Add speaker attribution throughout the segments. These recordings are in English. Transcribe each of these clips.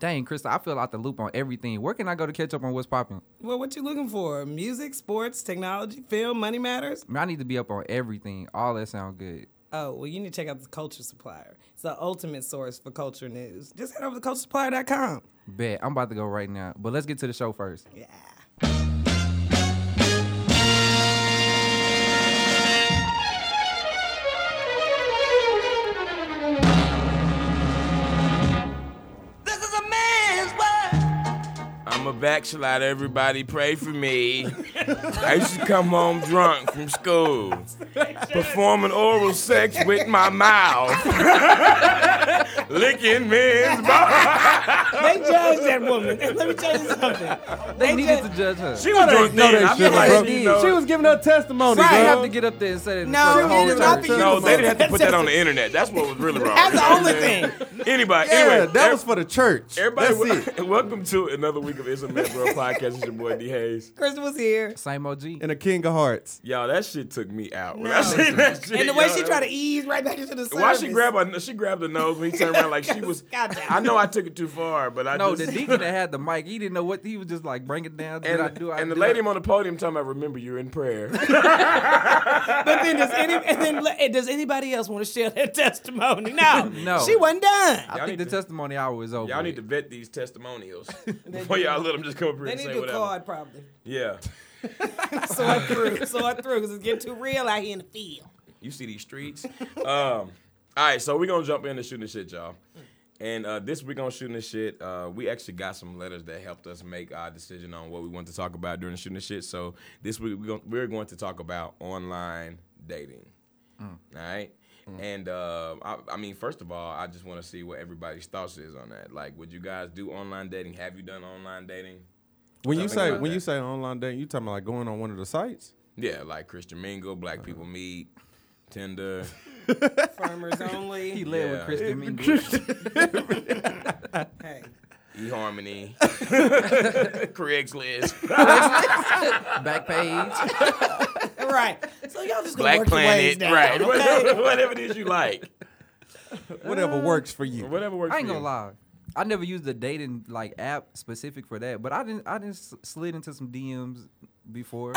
Speaker 1: Dang, Crystal, I feel out the loop on everything. Where can I go to catch up on what's popping?
Speaker 2: Well, what you looking for? Music, sports, technology, film, money matters?
Speaker 1: Man, I need to be up on everything. All that sound good.
Speaker 2: Oh, well, you need to check out the Culture Supplier. It's the ultimate source for culture news. Just head over to culturesupplier.com.
Speaker 1: Bet I'm about to go right now. But let's get to the show first.
Speaker 2: Yeah.
Speaker 3: This is a man's world.
Speaker 4: I'm a backslider. Everybody pray for me. I used to come home drunk from school, performing oral sex with my mouth, licking men's balls.
Speaker 2: They judge that woman. Let me tell you something.
Speaker 1: They
Speaker 2: They
Speaker 1: needed
Speaker 2: ju-
Speaker 1: to judge her.
Speaker 4: She was drunk
Speaker 5: No,
Speaker 4: then.
Speaker 5: they
Speaker 4: I feel
Speaker 5: shouldn't,
Speaker 4: like
Speaker 5: bro.
Speaker 4: she know-
Speaker 5: She was giving her testimony,
Speaker 1: They
Speaker 5: bro.
Speaker 1: have to get up there and say it. in
Speaker 2: No,
Speaker 1: front of the whole
Speaker 2: it is not
Speaker 1: church.
Speaker 2: for you.
Speaker 4: No, they didn't have to
Speaker 2: That's
Speaker 4: put that on
Speaker 2: a-
Speaker 4: the internet. That's what was really wrong.
Speaker 2: That's the only thing.
Speaker 4: Anybody,
Speaker 5: yeah,
Speaker 4: anyway,
Speaker 5: that
Speaker 4: ev-
Speaker 5: was for the church.
Speaker 4: Everybody,
Speaker 5: That's it.
Speaker 4: welcome to another week of It's a Man Bro podcast. It's your boy D Hayes.
Speaker 2: Crystal's here.
Speaker 1: Same OG.
Speaker 5: And a king of hearts.
Speaker 4: Y'all, that shit took me out. When I seen that shit,
Speaker 2: And the way
Speaker 4: yo,
Speaker 2: she
Speaker 4: that
Speaker 2: tried to ease right back into the service.
Speaker 4: Why she grab her? She grabbed her nose when he turned around like she was.
Speaker 2: Goddamn.
Speaker 4: I know I took it too far, but I
Speaker 1: No,
Speaker 4: just,
Speaker 1: the deacon that had the mic, he didn't know what he was just like bring it down. Did
Speaker 4: and,
Speaker 1: I do? I
Speaker 4: and the
Speaker 1: do
Speaker 4: lady
Speaker 1: I-
Speaker 4: on the podium talking about remember you're in prayer.
Speaker 2: But then does any and then le- and does anybody else want to share their testimony? No,
Speaker 1: No.
Speaker 2: she wasn't done.
Speaker 1: I think
Speaker 4: need
Speaker 1: the
Speaker 4: to-
Speaker 1: testimony hour is over.
Speaker 4: y'all need to vet these testimonials before y'all let them just come up here
Speaker 2: They
Speaker 4: and
Speaker 2: need
Speaker 4: say
Speaker 2: to
Speaker 4: whatever.
Speaker 2: card probably.
Speaker 4: Yeah,
Speaker 2: Sort through, sort through, because it's getting too real out here in the field.
Speaker 4: you see these streets. um, all right, so we're gonna jump into shooting the shit, y'all. And uh, this week on shooting the shit, uh, we actually got some letters that helped us make our decision on what we want to talk about during shooting the shit. So this week we're going, we're going to talk about online dating. All right. And uh, I, I mean, first of all, I just want to see what everybody's thoughts is on that. Like, would you guys do online dating? Have you done online dating?
Speaker 5: When you
Speaker 4: Something
Speaker 5: say
Speaker 4: about
Speaker 5: when
Speaker 4: that.
Speaker 5: you say online dating, you talking about like going on one of the sites?
Speaker 4: Yeah, like Christian Mingle, Black People Meet, Tinder.
Speaker 2: Farmers
Speaker 1: He
Speaker 2: only.
Speaker 1: led with
Speaker 4: Yeah.
Speaker 1: Christian Mingus.
Speaker 2: Hey,
Speaker 4: eHarmony, Craigslist,
Speaker 1: Back page.
Speaker 2: All right. So y'all just gonna
Speaker 4: Black
Speaker 2: work your ways
Speaker 4: Planet,
Speaker 2: down,
Speaker 4: right?
Speaker 2: Okay?
Speaker 4: Whatever, whatever it is you like,
Speaker 1: Uh,
Speaker 5: Whatever works for you.
Speaker 4: whatever works.
Speaker 1: I ain't
Speaker 4: for
Speaker 1: gonna
Speaker 4: you.
Speaker 1: lie. I never used a dating like app specific for that, but I didn't. I didn't slid into some DMs before.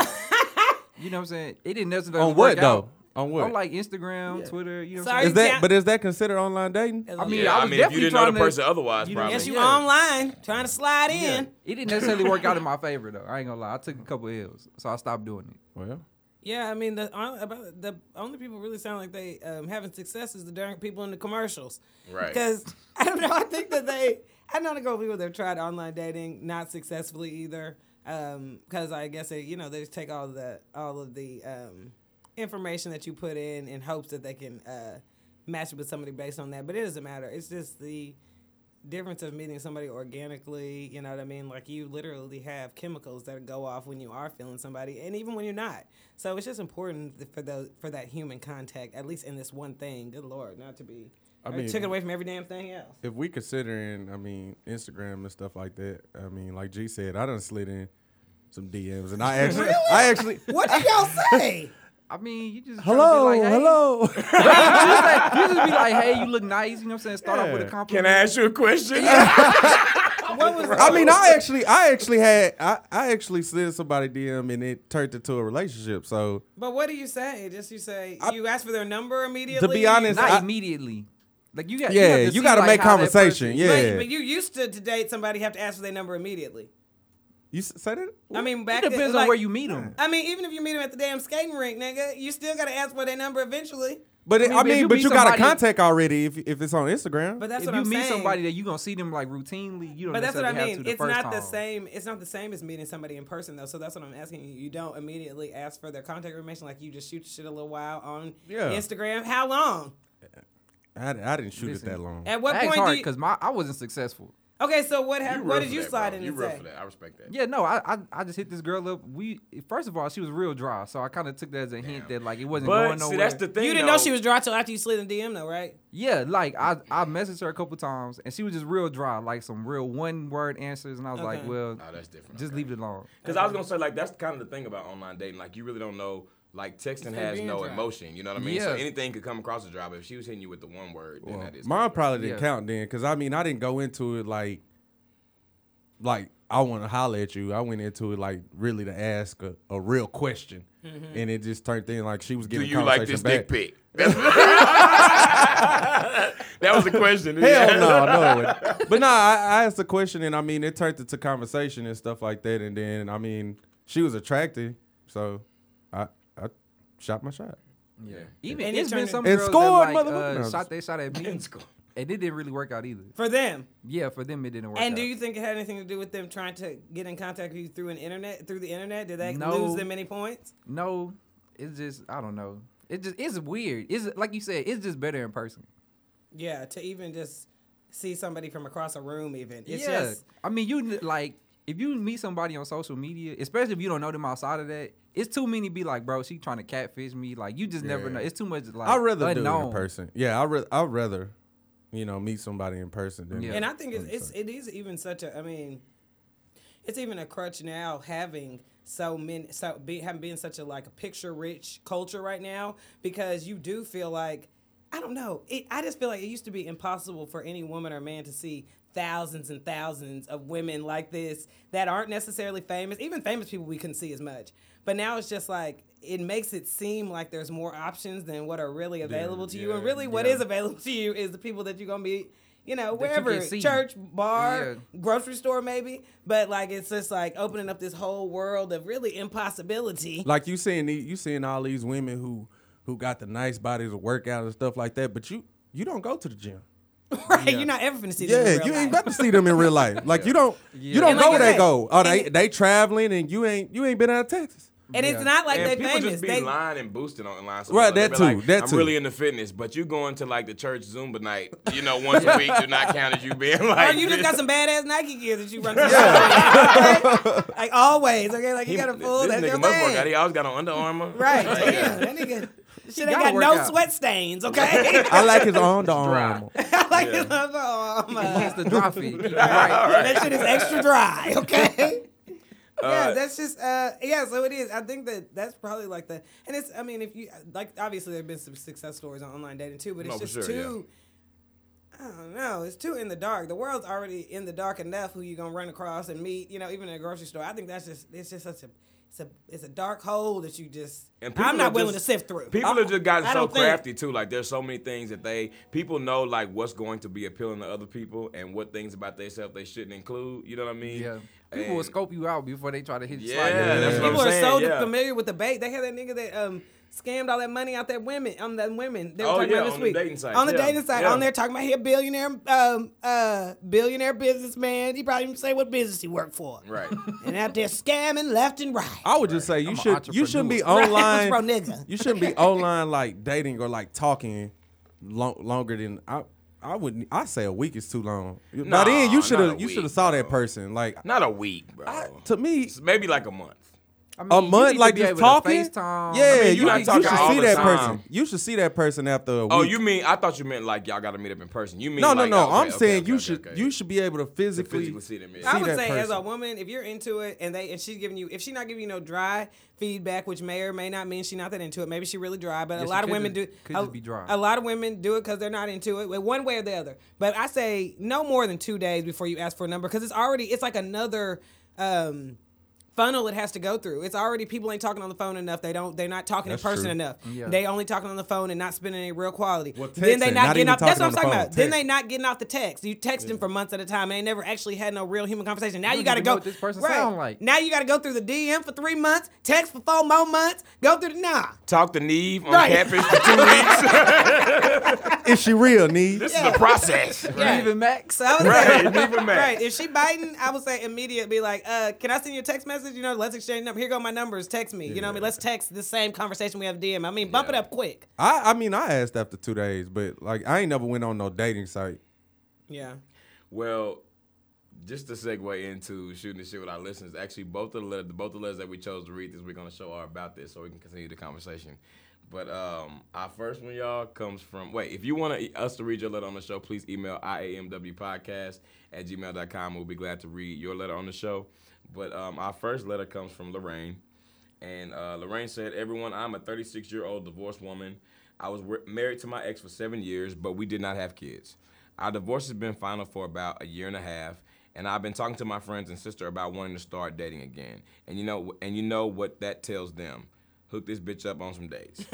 Speaker 1: you know what I'm saying? It didn't necessarily
Speaker 5: On what
Speaker 1: work out.
Speaker 5: though? On what?
Speaker 1: On like Instagram, Twitter. You know what I'm
Speaker 2: Sorry.
Speaker 1: saying?
Speaker 5: is that but is that considered online dating?
Speaker 2: As
Speaker 1: I
Speaker 2: long-
Speaker 1: mean,
Speaker 4: Yeah,
Speaker 1: I
Speaker 4: I,
Speaker 1: was
Speaker 4: mean, if you
Speaker 1: definitely
Speaker 4: didn't know the
Speaker 1: trying to-
Speaker 4: person uh, otherwise,
Speaker 1: you didn't-
Speaker 4: probably.
Speaker 2: yes, you
Speaker 1: Yeah.
Speaker 2: online trying to slide in.
Speaker 1: It didn't necessarily work out in my favor though. I ain't gonna lie. I took a couple L's, so I stopped doing it.
Speaker 5: Well,
Speaker 2: Yeah, I mean the on- about the only people who really sound like they um, having success is the darn people in the commercials,
Speaker 4: Right.
Speaker 2: Because I don't know, I think that they, I know a couple people that have tried online dating not successfully either, because I guess they, you know, they just take all the all of the um, information that you put in in hopes that they can uh, match with somebody based on that, but it doesn't matter. It's just the difference of meeting somebody organically, you know what I mean? Like you literally have chemicals that go off when you are feeling somebody and even when you're not. So it's just important th- for those for that human contact, at least in this one thing. Good lord, not to be I
Speaker 5: mean-
Speaker 2: took it away from every damn thing else.
Speaker 5: if we considering, I mean, Instagram and stuff like that, I mean, like G said, I done slid in some DMs and I actually I actually
Speaker 2: What did y'all say?
Speaker 1: I mean, you just tryna
Speaker 5: Hello,
Speaker 1: be like, hey.
Speaker 5: hello.
Speaker 1: you, just like- you just be like, hey, you look nice. You know what I'm saying? Start off with a
Speaker 5: Yeah.
Speaker 1: compliment.
Speaker 4: Can I ask you a question?
Speaker 2: what was
Speaker 5: I mean, I actually, I actually had, I, I actually slid somebody DM and it turned into a relationship. So
Speaker 2: But what do you say? Just you say you ask for their number immediately.
Speaker 5: to be honest,
Speaker 1: Not
Speaker 5: I-
Speaker 1: immediately. Like you got. you,
Speaker 5: yeah, you,
Speaker 1: have to see,
Speaker 5: got to
Speaker 1: like,
Speaker 5: make
Speaker 1: how that
Speaker 5: conversation.
Speaker 1: person-
Speaker 5: Yeah,
Speaker 2: But, but you used to to date somebody have to ask for their number immediately.
Speaker 5: you s- say that.
Speaker 2: I mean, back
Speaker 1: It depends
Speaker 2: then,
Speaker 1: on
Speaker 2: like-
Speaker 1: where you meet them.
Speaker 2: I mean, even if you meet them at the damn skating rink, nigga, you still gotta ask for their number eventually.
Speaker 5: but it-
Speaker 1: mean,
Speaker 5: I
Speaker 1: but if
Speaker 5: mean,
Speaker 1: you
Speaker 5: but
Speaker 1: meet
Speaker 5: you got a
Speaker 1: somebody-
Speaker 5: contact already if if it's on Instagram.
Speaker 2: But
Speaker 5: But
Speaker 2: that's
Speaker 1: if
Speaker 2: what
Speaker 1: you
Speaker 2: I'm
Speaker 1: meet
Speaker 2: saying.
Speaker 1: somebody that you gonna see them like routinely, you don't.
Speaker 2: but that's what I
Speaker 1: necessarily have
Speaker 2: mean.
Speaker 1: to the
Speaker 2: It's
Speaker 1: first
Speaker 2: not the
Speaker 1: time.
Speaker 2: same. It's not the same as meeting somebody in person though. So that's what I'm asking you. You don't immediately ask for their contact information. Like you just shoot your shit a little while on
Speaker 5: Yeah.
Speaker 2: Instagram. How long?
Speaker 5: I, I didn't shoot
Speaker 1: Listen.
Speaker 5: it that long.
Speaker 2: At what
Speaker 1: That's
Speaker 2: point? Do
Speaker 1: hard
Speaker 2: you,
Speaker 1: because my I wasn't successful.
Speaker 2: okay, so what? hap-
Speaker 4: real
Speaker 2: what did
Speaker 4: for
Speaker 2: you
Speaker 4: that,
Speaker 2: slide
Speaker 4: bro.
Speaker 2: in
Speaker 4: You
Speaker 2: and
Speaker 4: real
Speaker 2: say?
Speaker 4: for that. I respect that.
Speaker 1: Yeah, no, I, I I just hit this girl up. We first of all, she was real dry, so I kind of took that as a hint that like it wasn't going
Speaker 4: But
Speaker 1: nowhere.
Speaker 4: see, that's the thing.
Speaker 2: You didn't
Speaker 4: though.
Speaker 2: know she was dry till after you slid in the DM though, right?
Speaker 1: Yeah, like I, I messaged her a couple times and she was just real dry, like some real one word answers, and I was like,
Speaker 2: Okay.
Speaker 1: well,
Speaker 4: Nah, that's different.
Speaker 1: just
Speaker 4: okay.
Speaker 1: leave it alone.
Speaker 4: Because I was gonna say like that's kind of the thing about online dating. Like you really don't know. Like texting has
Speaker 2: being
Speaker 4: no
Speaker 2: dry.
Speaker 4: emotion. You know what I mean? So
Speaker 1: Yeah.
Speaker 4: anything could come across the job. If she was hitting you with the one word, then that is.
Speaker 5: Mine
Speaker 4: kinda-
Speaker 5: probably didn't
Speaker 1: Yeah.
Speaker 5: count then because I mean I didn't go into it like like I want to holler at you. I went into it like really to ask a, a real question,
Speaker 1: Mm-hmm.
Speaker 5: and it just turned in like she was
Speaker 4: Do
Speaker 5: giving.
Speaker 4: you like this
Speaker 5: conversation back.
Speaker 4: dick pic? that was the question.
Speaker 5: Hell no, no. But nah, I, I asked the question, and I mean, it turned into conversation and stuff like that. And then, I mean, she was attractive, so I I shot my shot.
Speaker 1: Yeah. Even
Speaker 2: And it
Speaker 1: it's been
Speaker 2: turned
Speaker 1: some
Speaker 5: in-
Speaker 1: girls
Speaker 5: And
Speaker 1: that
Speaker 5: scored,
Speaker 1: like,
Speaker 5: motherfucker. No,
Speaker 1: uh,
Speaker 5: I'm
Speaker 1: shot
Speaker 5: just-
Speaker 1: they shot at me, and it didn't really work out either.
Speaker 2: for them.
Speaker 1: Yeah, for them it didn't work.
Speaker 2: And
Speaker 1: out.
Speaker 2: do you think it had anything to do with them trying to get in contact with you through an internet through the internet? Did that
Speaker 1: No.
Speaker 2: lose them any points?
Speaker 1: No, it's just I don't know. It just it's weird. It's like you said. It's just better in person.
Speaker 2: Yeah, to even just see somebody from across a room, even it's
Speaker 1: yeah,
Speaker 2: just
Speaker 1: I mean you kn- like if you meet somebody on social media, especially if you don't know them outside of that, it's too many be like, bro, she trying to catfish me. Like you just never
Speaker 5: Yeah.
Speaker 1: know. It's too much. Like
Speaker 5: I'd rather do it
Speaker 1: unknown.
Speaker 5: in person. Yeah, I re- I'd rather, you know, meet somebody in person than
Speaker 1: Yeah.
Speaker 2: And I think it's,
Speaker 5: on
Speaker 2: it's
Speaker 5: site.
Speaker 2: it is even such a I mean, it's even a crutch now having so many so be, having been such a like a picture rich culture right now because you do feel like I don't know it, I just feel like it used to be impossible for any woman or man to see thousands and thousands of women like this that aren't necessarily famous even famous people we couldn't see as much but now it's just like it makes it seem like there's more options than what are really available to you and really what is available to you is the people that you're gonna be you know
Speaker 1: you can
Speaker 2: wherever
Speaker 1: see.
Speaker 2: church bar
Speaker 1: Yeah.
Speaker 2: grocery store maybe but like it's just like opening up this whole world of really impossibility
Speaker 5: like you seeing the, you seeing all these women who who got the nice bodies to work out and stuff like that, but you you don't go to the gym.
Speaker 2: right you're not ever gonna see this in
Speaker 5: Yeah,
Speaker 2: real
Speaker 5: you ain't
Speaker 2: life.
Speaker 5: about to see them in real life. Like you don't you don't
Speaker 2: And like
Speaker 5: go
Speaker 2: I
Speaker 5: where they
Speaker 2: said-
Speaker 5: go. Oh, they
Speaker 2: and-
Speaker 5: they traveling and you ain't you ain't been out of Texas.
Speaker 2: and
Speaker 1: Yeah.
Speaker 2: it's not like
Speaker 4: and
Speaker 2: they're
Speaker 4: people
Speaker 2: famous
Speaker 4: just be
Speaker 2: they,
Speaker 4: lying and boosting online.
Speaker 5: Right,
Speaker 4: Sometimes they
Speaker 5: that
Speaker 4: be like,
Speaker 5: too, that
Speaker 4: I'm
Speaker 5: too.
Speaker 4: really into fitness, but you going to like the church Zumba night, you know, once a week. Do not count as you being
Speaker 2: or
Speaker 4: like.
Speaker 2: oh, you just
Speaker 4: this.
Speaker 2: got some badass Nike gear that you run through. Yeah. like always, okay? Like you
Speaker 4: He-
Speaker 2: got a fool.
Speaker 4: This
Speaker 2: That's your
Speaker 4: nigga must work out.
Speaker 2: thing.
Speaker 4: He always got on Under Armour.
Speaker 2: Right. Yeah, that nigga. Shit ain't
Speaker 1: gotta
Speaker 2: got
Speaker 1: work
Speaker 2: no
Speaker 1: out.
Speaker 2: sweat stains, okay?
Speaker 5: I like his on the arm.
Speaker 2: like his other arm, uh,
Speaker 1: It's the drop it. Keep it right.
Speaker 2: That shit is extra dry, okay? yeah,
Speaker 4: Uh,
Speaker 2: that's just uh yeah, so it is. I think that that's probably like the and it's I mean if you like obviously there've been some success stories on online dating too, but it's
Speaker 4: No, Oh, for
Speaker 2: just
Speaker 4: sure,
Speaker 2: too I don't know. It's too in the dark. The world's already in the dark enough. Who you gonna run across and meet? You know, even in a grocery store. I think that's just it's just such a it's a it's a dark hole that you just.
Speaker 4: And people
Speaker 2: I'm not
Speaker 4: are
Speaker 2: willing
Speaker 4: just-
Speaker 2: to sift through.
Speaker 4: People
Speaker 2: I-
Speaker 4: have just gotten
Speaker 2: I
Speaker 4: so
Speaker 2: don't think-
Speaker 4: crafty too. Like there's so many things that they people know like what's going to be appealing to other people and what things about themselves they shouldn't include. You know what I mean?
Speaker 1: Yeah. People will
Speaker 4: And-
Speaker 1: scope you out before they try to hit you.
Speaker 4: Yeah,
Speaker 1: slide you.
Speaker 4: that's what I'm
Speaker 2: People are
Speaker 4: saying.
Speaker 2: so
Speaker 4: yeah.
Speaker 2: familiar with the bait. They had that nigga that um scammed all that money out that women on that women. They were
Speaker 4: Oh,
Speaker 2: talking
Speaker 4: yeah,
Speaker 2: about this
Speaker 4: on the
Speaker 2: week
Speaker 4: dating site,
Speaker 2: on the
Speaker 4: yeah,
Speaker 2: dating site
Speaker 4: yeah.
Speaker 2: on there talking about he a billionaire um uh billionaire businessman. He probably didn't say what business he worked for.
Speaker 4: Right.
Speaker 2: And out there scamming left and right.
Speaker 5: I would just say you
Speaker 1: I'm a
Speaker 5: should you shouldn't be
Speaker 2: Right,
Speaker 5: online.
Speaker 2: bro, nigga.
Speaker 5: You shouldn't be online like dating or like talking long, longer than I. I would I say a week is too long.
Speaker 4: Nah,
Speaker 5: By then you should
Speaker 4: not
Speaker 5: have
Speaker 4: a
Speaker 5: you should
Speaker 4: week,
Speaker 5: have saw
Speaker 4: bro.
Speaker 5: that person. Like
Speaker 4: Not a week, bro.
Speaker 5: I- to me,
Speaker 4: It's maybe like a month.
Speaker 1: I mean,
Speaker 5: a
Speaker 1: you
Speaker 5: month
Speaker 1: need to
Speaker 5: like
Speaker 1: be
Speaker 5: just
Speaker 1: able to
Speaker 5: talking.
Speaker 1: FaceTime.
Speaker 5: Yeah,
Speaker 4: I mean, you
Speaker 5: you,
Speaker 4: not
Speaker 5: you
Speaker 4: talking
Speaker 5: should
Speaker 4: all
Speaker 5: see
Speaker 4: the
Speaker 5: that
Speaker 4: time.
Speaker 5: person. You should see that person after a week.
Speaker 4: Oh, you mean I thought you meant like y'all got to meet up in person. You mean
Speaker 5: no no
Speaker 4: like,
Speaker 5: no.
Speaker 4: okay,
Speaker 5: I'm
Speaker 4: okay,
Speaker 5: saying
Speaker 4: okay,
Speaker 5: you
Speaker 4: okay,
Speaker 5: should
Speaker 4: okay.
Speaker 5: you should be able to physically,
Speaker 4: physically see them, yeah.
Speaker 2: I would
Speaker 5: that
Speaker 2: say as
Speaker 5: person.
Speaker 2: a woman, if you're into it and they and she's giving you if she's not giving you no dry feedback, which may or may not mean she's not that into it. Maybe she really dry, but
Speaker 1: Yeah,
Speaker 2: a
Speaker 1: she
Speaker 2: lot of
Speaker 1: could
Speaker 2: women
Speaker 1: just-
Speaker 2: do.
Speaker 1: could
Speaker 2: A,
Speaker 1: just be dry.
Speaker 2: a lot of women do it because they're not into it, well, one way or the other. But I say no more than two days before you ask for a number because it's already it's like another. Um, funnel it has to go through it's already people ain't talking on the phone enough they don't they're not talking
Speaker 5: That's
Speaker 2: in person
Speaker 5: true.
Speaker 2: enough
Speaker 1: Yeah.
Speaker 2: they only talking on the phone and not spending any real quality
Speaker 5: Well,
Speaker 2: then they not,
Speaker 5: texting, not
Speaker 2: getting
Speaker 5: even
Speaker 2: off that's what i'm talking
Speaker 5: talking on the
Speaker 2: about
Speaker 5: phone,
Speaker 2: then
Speaker 5: text.
Speaker 2: they not getting off the text. You text them for months at a time, and they never actually had no real human conversation. Now you,
Speaker 1: don't
Speaker 2: got to
Speaker 1: even
Speaker 2: go.
Speaker 1: know what this person sound like.
Speaker 2: Now you got to go through the DM for three months, text for four more months, go through the nah.
Speaker 4: Talk to Neve on
Speaker 2: Right.
Speaker 4: catfish for two weeks.
Speaker 5: Is she real, Need?
Speaker 4: this is a process.
Speaker 2: Yeah.
Speaker 1: Even Max.
Speaker 2: So I would
Speaker 4: Right,
Speaker 2: say,
Speaker 4: leave it back.
Speaker 2: right. If she biting, I would say immediate. Be like, uh, can I send you a text message? You know, let's exchange number. Here go my numbers. Text me. You know what I mean? Let's text the same conversation we have DM. I mean, bump it up quick.
Speaker 5: I I mean I asked after two days, but like I ain't never went on no dating site.
Speaker 2: Yeah.
Speaker 4: Well, just to segue into shooting the shit with our listeners, actually, both of the letters, both the letters that we chose to read this week on the show are about this, so we can continue the conversation. But um, our first one, y'all, comes from. Wait, if you want to, us to read your letter on the show, please email iamwpodcast at gmail.com. We'll be glad to read your letter on the show. But um, our first letter comes from Lorraine. And uh, Lorraine said, Everyone, I'm a 36 year old divorced woman. I was wi- married to my ex for seven years, but we did not have kids. Our divorce has been final for about a year and a half, And I've been talking to my friends and sister about wanting to start dating again. And you know, and you know what that tells them: hook this bitch up on some dates.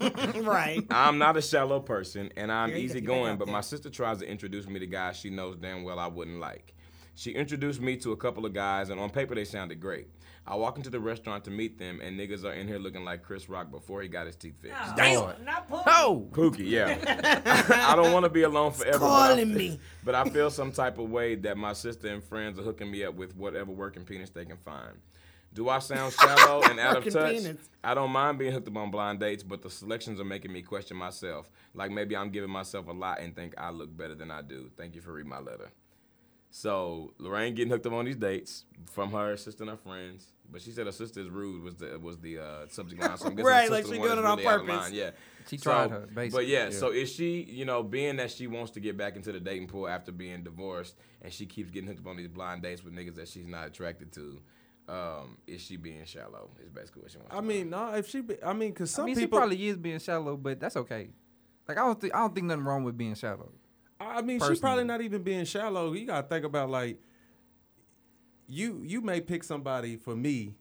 Speaker 2: right.
Speaker 4: I'm not a shallow person and I'm
Speaker 2: Here, you can- you can
Speaker 4: easygoing,
Speaker 2: help
Speaker 4: but my
Speaker 2: them.
Speaker 4: sister tries to introduce me to guys she knows damn well I wouldn't like. She introduced me to a couple of guys, and on paper they sounded great. I walk into the restaurant to meet them, and niggas are in here looking like Chris Rock before he got his teeth fixed.
Speaker 2: Oh. Damn. Not poop.
Speaker 1: Oh,
Speaker 4: Kooky, yeah. I don't want to be alone forever. but I-
Speaker 2: calling me.
Speaker 4: But I feel some type of way that my sister and friends are hooking me up with whatever working penis they can find. Do I sound shallow and out of
Speaker 2: Working
Speaker 4: touch?
Speaker 2: penis.
Speaker 4: I don't mind being hooked up on blind dates, but the selections are making me question myself. Like maybe I'm giving myself a lot and think I look better than I do. Thank you for reading my letter. So Lorraine getting hooked up on these dates from her sister and her friends, but she said her sister is rude was the was the uh, subject line. So I'm guessing her
Speaker 2: Right,
Speaker 4: sister
Speaker 2: like
Speaker 4: the
Speaker 2: she
Speaker 4: one
Speaker 2: doing
Speaker 4: that's
Speaker 2: it on
Speaker 4: really out of
Speaker 2: purpose.
Speaker 4: line, Yeah,
Speaker 1: She
Speaker 4: So-
Speaker 1: tried her, basically.
Speaker 4: But yeah, so is she, you know, being that she wants to get back into the dating pool after being divorced, and she keeps getting hooked up on these blind dates with niggas that she's not attracted to? Um, is she being shallow? Is basically what she wants.
Speaker 5: I
Speaker 4: to know.
Speaker 5: mean, no, if she, be, I mean, cause some
Speaker 1: I mean,
Speaker 5: people,
Speaker 1: she probably is being shallow, but that's okay. Like I don't think I don't think nothing wrong with being shallow.
Speaker 5: I mean,
Speaker 1: personally.
Speaker 5: she probably not even being shallow. You gotta think about like, you you may pick somebody for me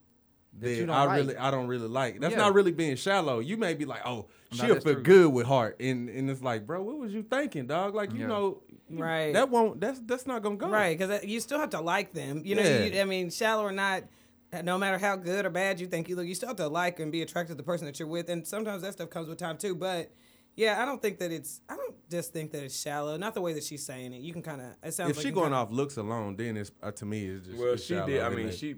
Speaker 5: that,
Speaker 1: you don't
Speaker 5: I
Speaker 1: like.
Speaker 5: really I don't really like. That's
Speaker 1: Yeah.
Speaker 5: not really being shallow. You may be like, oh,
Speaker 1: No,
Speaker 5: she'll
Speaker 1: that's
Speaker 5: feel
Speaker 1: true.
Speaker 5: good with heart, and and it's like, bro, what was you thinking, dog? Like you
Speaker 1: Yeah.
Speaker 5: know,
Speaker 2: Right.
Speaker 5: That won't. That's that's not gonna go.
Speaker 2: Right, because you still have to like them. You know,
Speaker 5: Yeah.
Speaker 2: you, I mean, shallow or not, no matter how good or bad you think you look, you still have to like and be attracted to the person that you're with. And sometimes that stuff comes with time too. But yeah, I don't think that it's. I don't just think that it's shallow. Not the way that she's saying it. You can kind of. It sounds
Speaker 5: If
Speaker 2: like
Speaker 5: she
Speaker 2: you
Speaker 5: going
Speaker 2: kinda-
Speaker 5: off looks alone, then it's uh, to me it's just
Speaker 4: well,
Speaker 5: it's
Speaker 4: she
Speaker 5: shallow,
Speaker 4: did. I
Speaker 5: isn't
Speaker 4: mean,
Speaker 5: it?
Speaker 4: she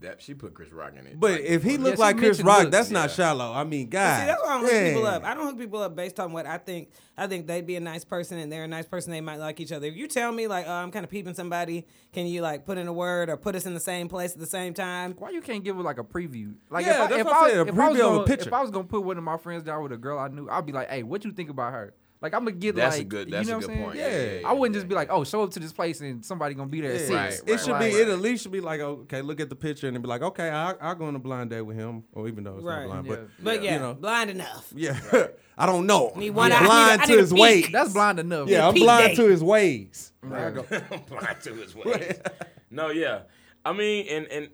Speaker 4: that she put Chris Rock in it.
Speaker 5: But
Speaker 4: Like,
Speaker 5: if he
Speaker 4: before-
Speaker 5: looked
Speaker 1: she
Speaker 5: like Chris
Speaker 1: mentioned
Speaker 5: Rock,
Speaker 1: looks,
Speaker 5: that's not
Speaker 4: yeah.
Speaker 5: shallow. I mean,
Speaker 2: But
Speaker 5: God,
Speaker 2: See, that's why I don't hook people
Speaker 5: dang.
Speaker 2: up. I don't hook people up based on what I think. I think they'd be a nice person and they're a nice person. They might like each other. If you tell me like, oh, I'm kind of peeping somebody, can you like put in a word or put us in the same place at the same time?
Speaker 1: Why you can't give her like a preview? Like
Speaker 5: Yeah,
Speaker 1: if, I,
Speaker 5: that's
Speaker 1: if,
Speaker 5: what
Speaker 1: I,
Speaker 5: I'm
Speaker 1: was-
Speaker 5: saying, a
Speaker 1: if I was
Speaker 5: preview of a
Speaker 1: gonna,
Speaker 5: picture.
Speaker 1: if I was gonna put one of my friends down with a girl I knew, I'd be like, hey, what you think about her? Like I'm gonna get
Speaker 4: that's
Speaker 1: like
Speaker 4: a good. That's
Speaker 1: you know
Speaker 4: a
Speaker 1: what
Speaker 4: good
Speaker 1: I'm saying?
Speaker 4: point.
Speaker 5: Yeah.
Speaker 1: I wouldn't just be like, oh, show up to this place and somebody gonna be there at
Speaker 5: Yeah.
Speaker 1: six.
Speaker 4: Right,
Speaker 5: it should
Speaker 4: right,
Speaker 5: be.
Speaker 4: right.
Speaker 5: It at least should be like okay, look at the picture and then be like okay, I, I'll go on a blind date with him, or even though it's
Speaker 2: Right.
Speaker 5: not blind,
Speaker 2: But yeah,
Speaker 5: You know.
Speaker 2: blind enough.
Speaker 5: but yeah, I don't know.
Speaker 2: Need one eye.
Speaker 5: I'm
Speaker 2: I need a-
Speaker 5: blind
Speaker 2: I
Speaker 5: to
Speaker 2: need a
Speaker 5: his
Speaker 2: peek.
Speaker 5: ways.
Speaker 1: That's blind enough.
Speaker 5: yeah, I'm
Speaker 2: peep
Speaker 5: blind
Speaker 2: date.
Speaker 5: to his ways.
Speaker 4: blind to his ways. no, yeah. I mean, and and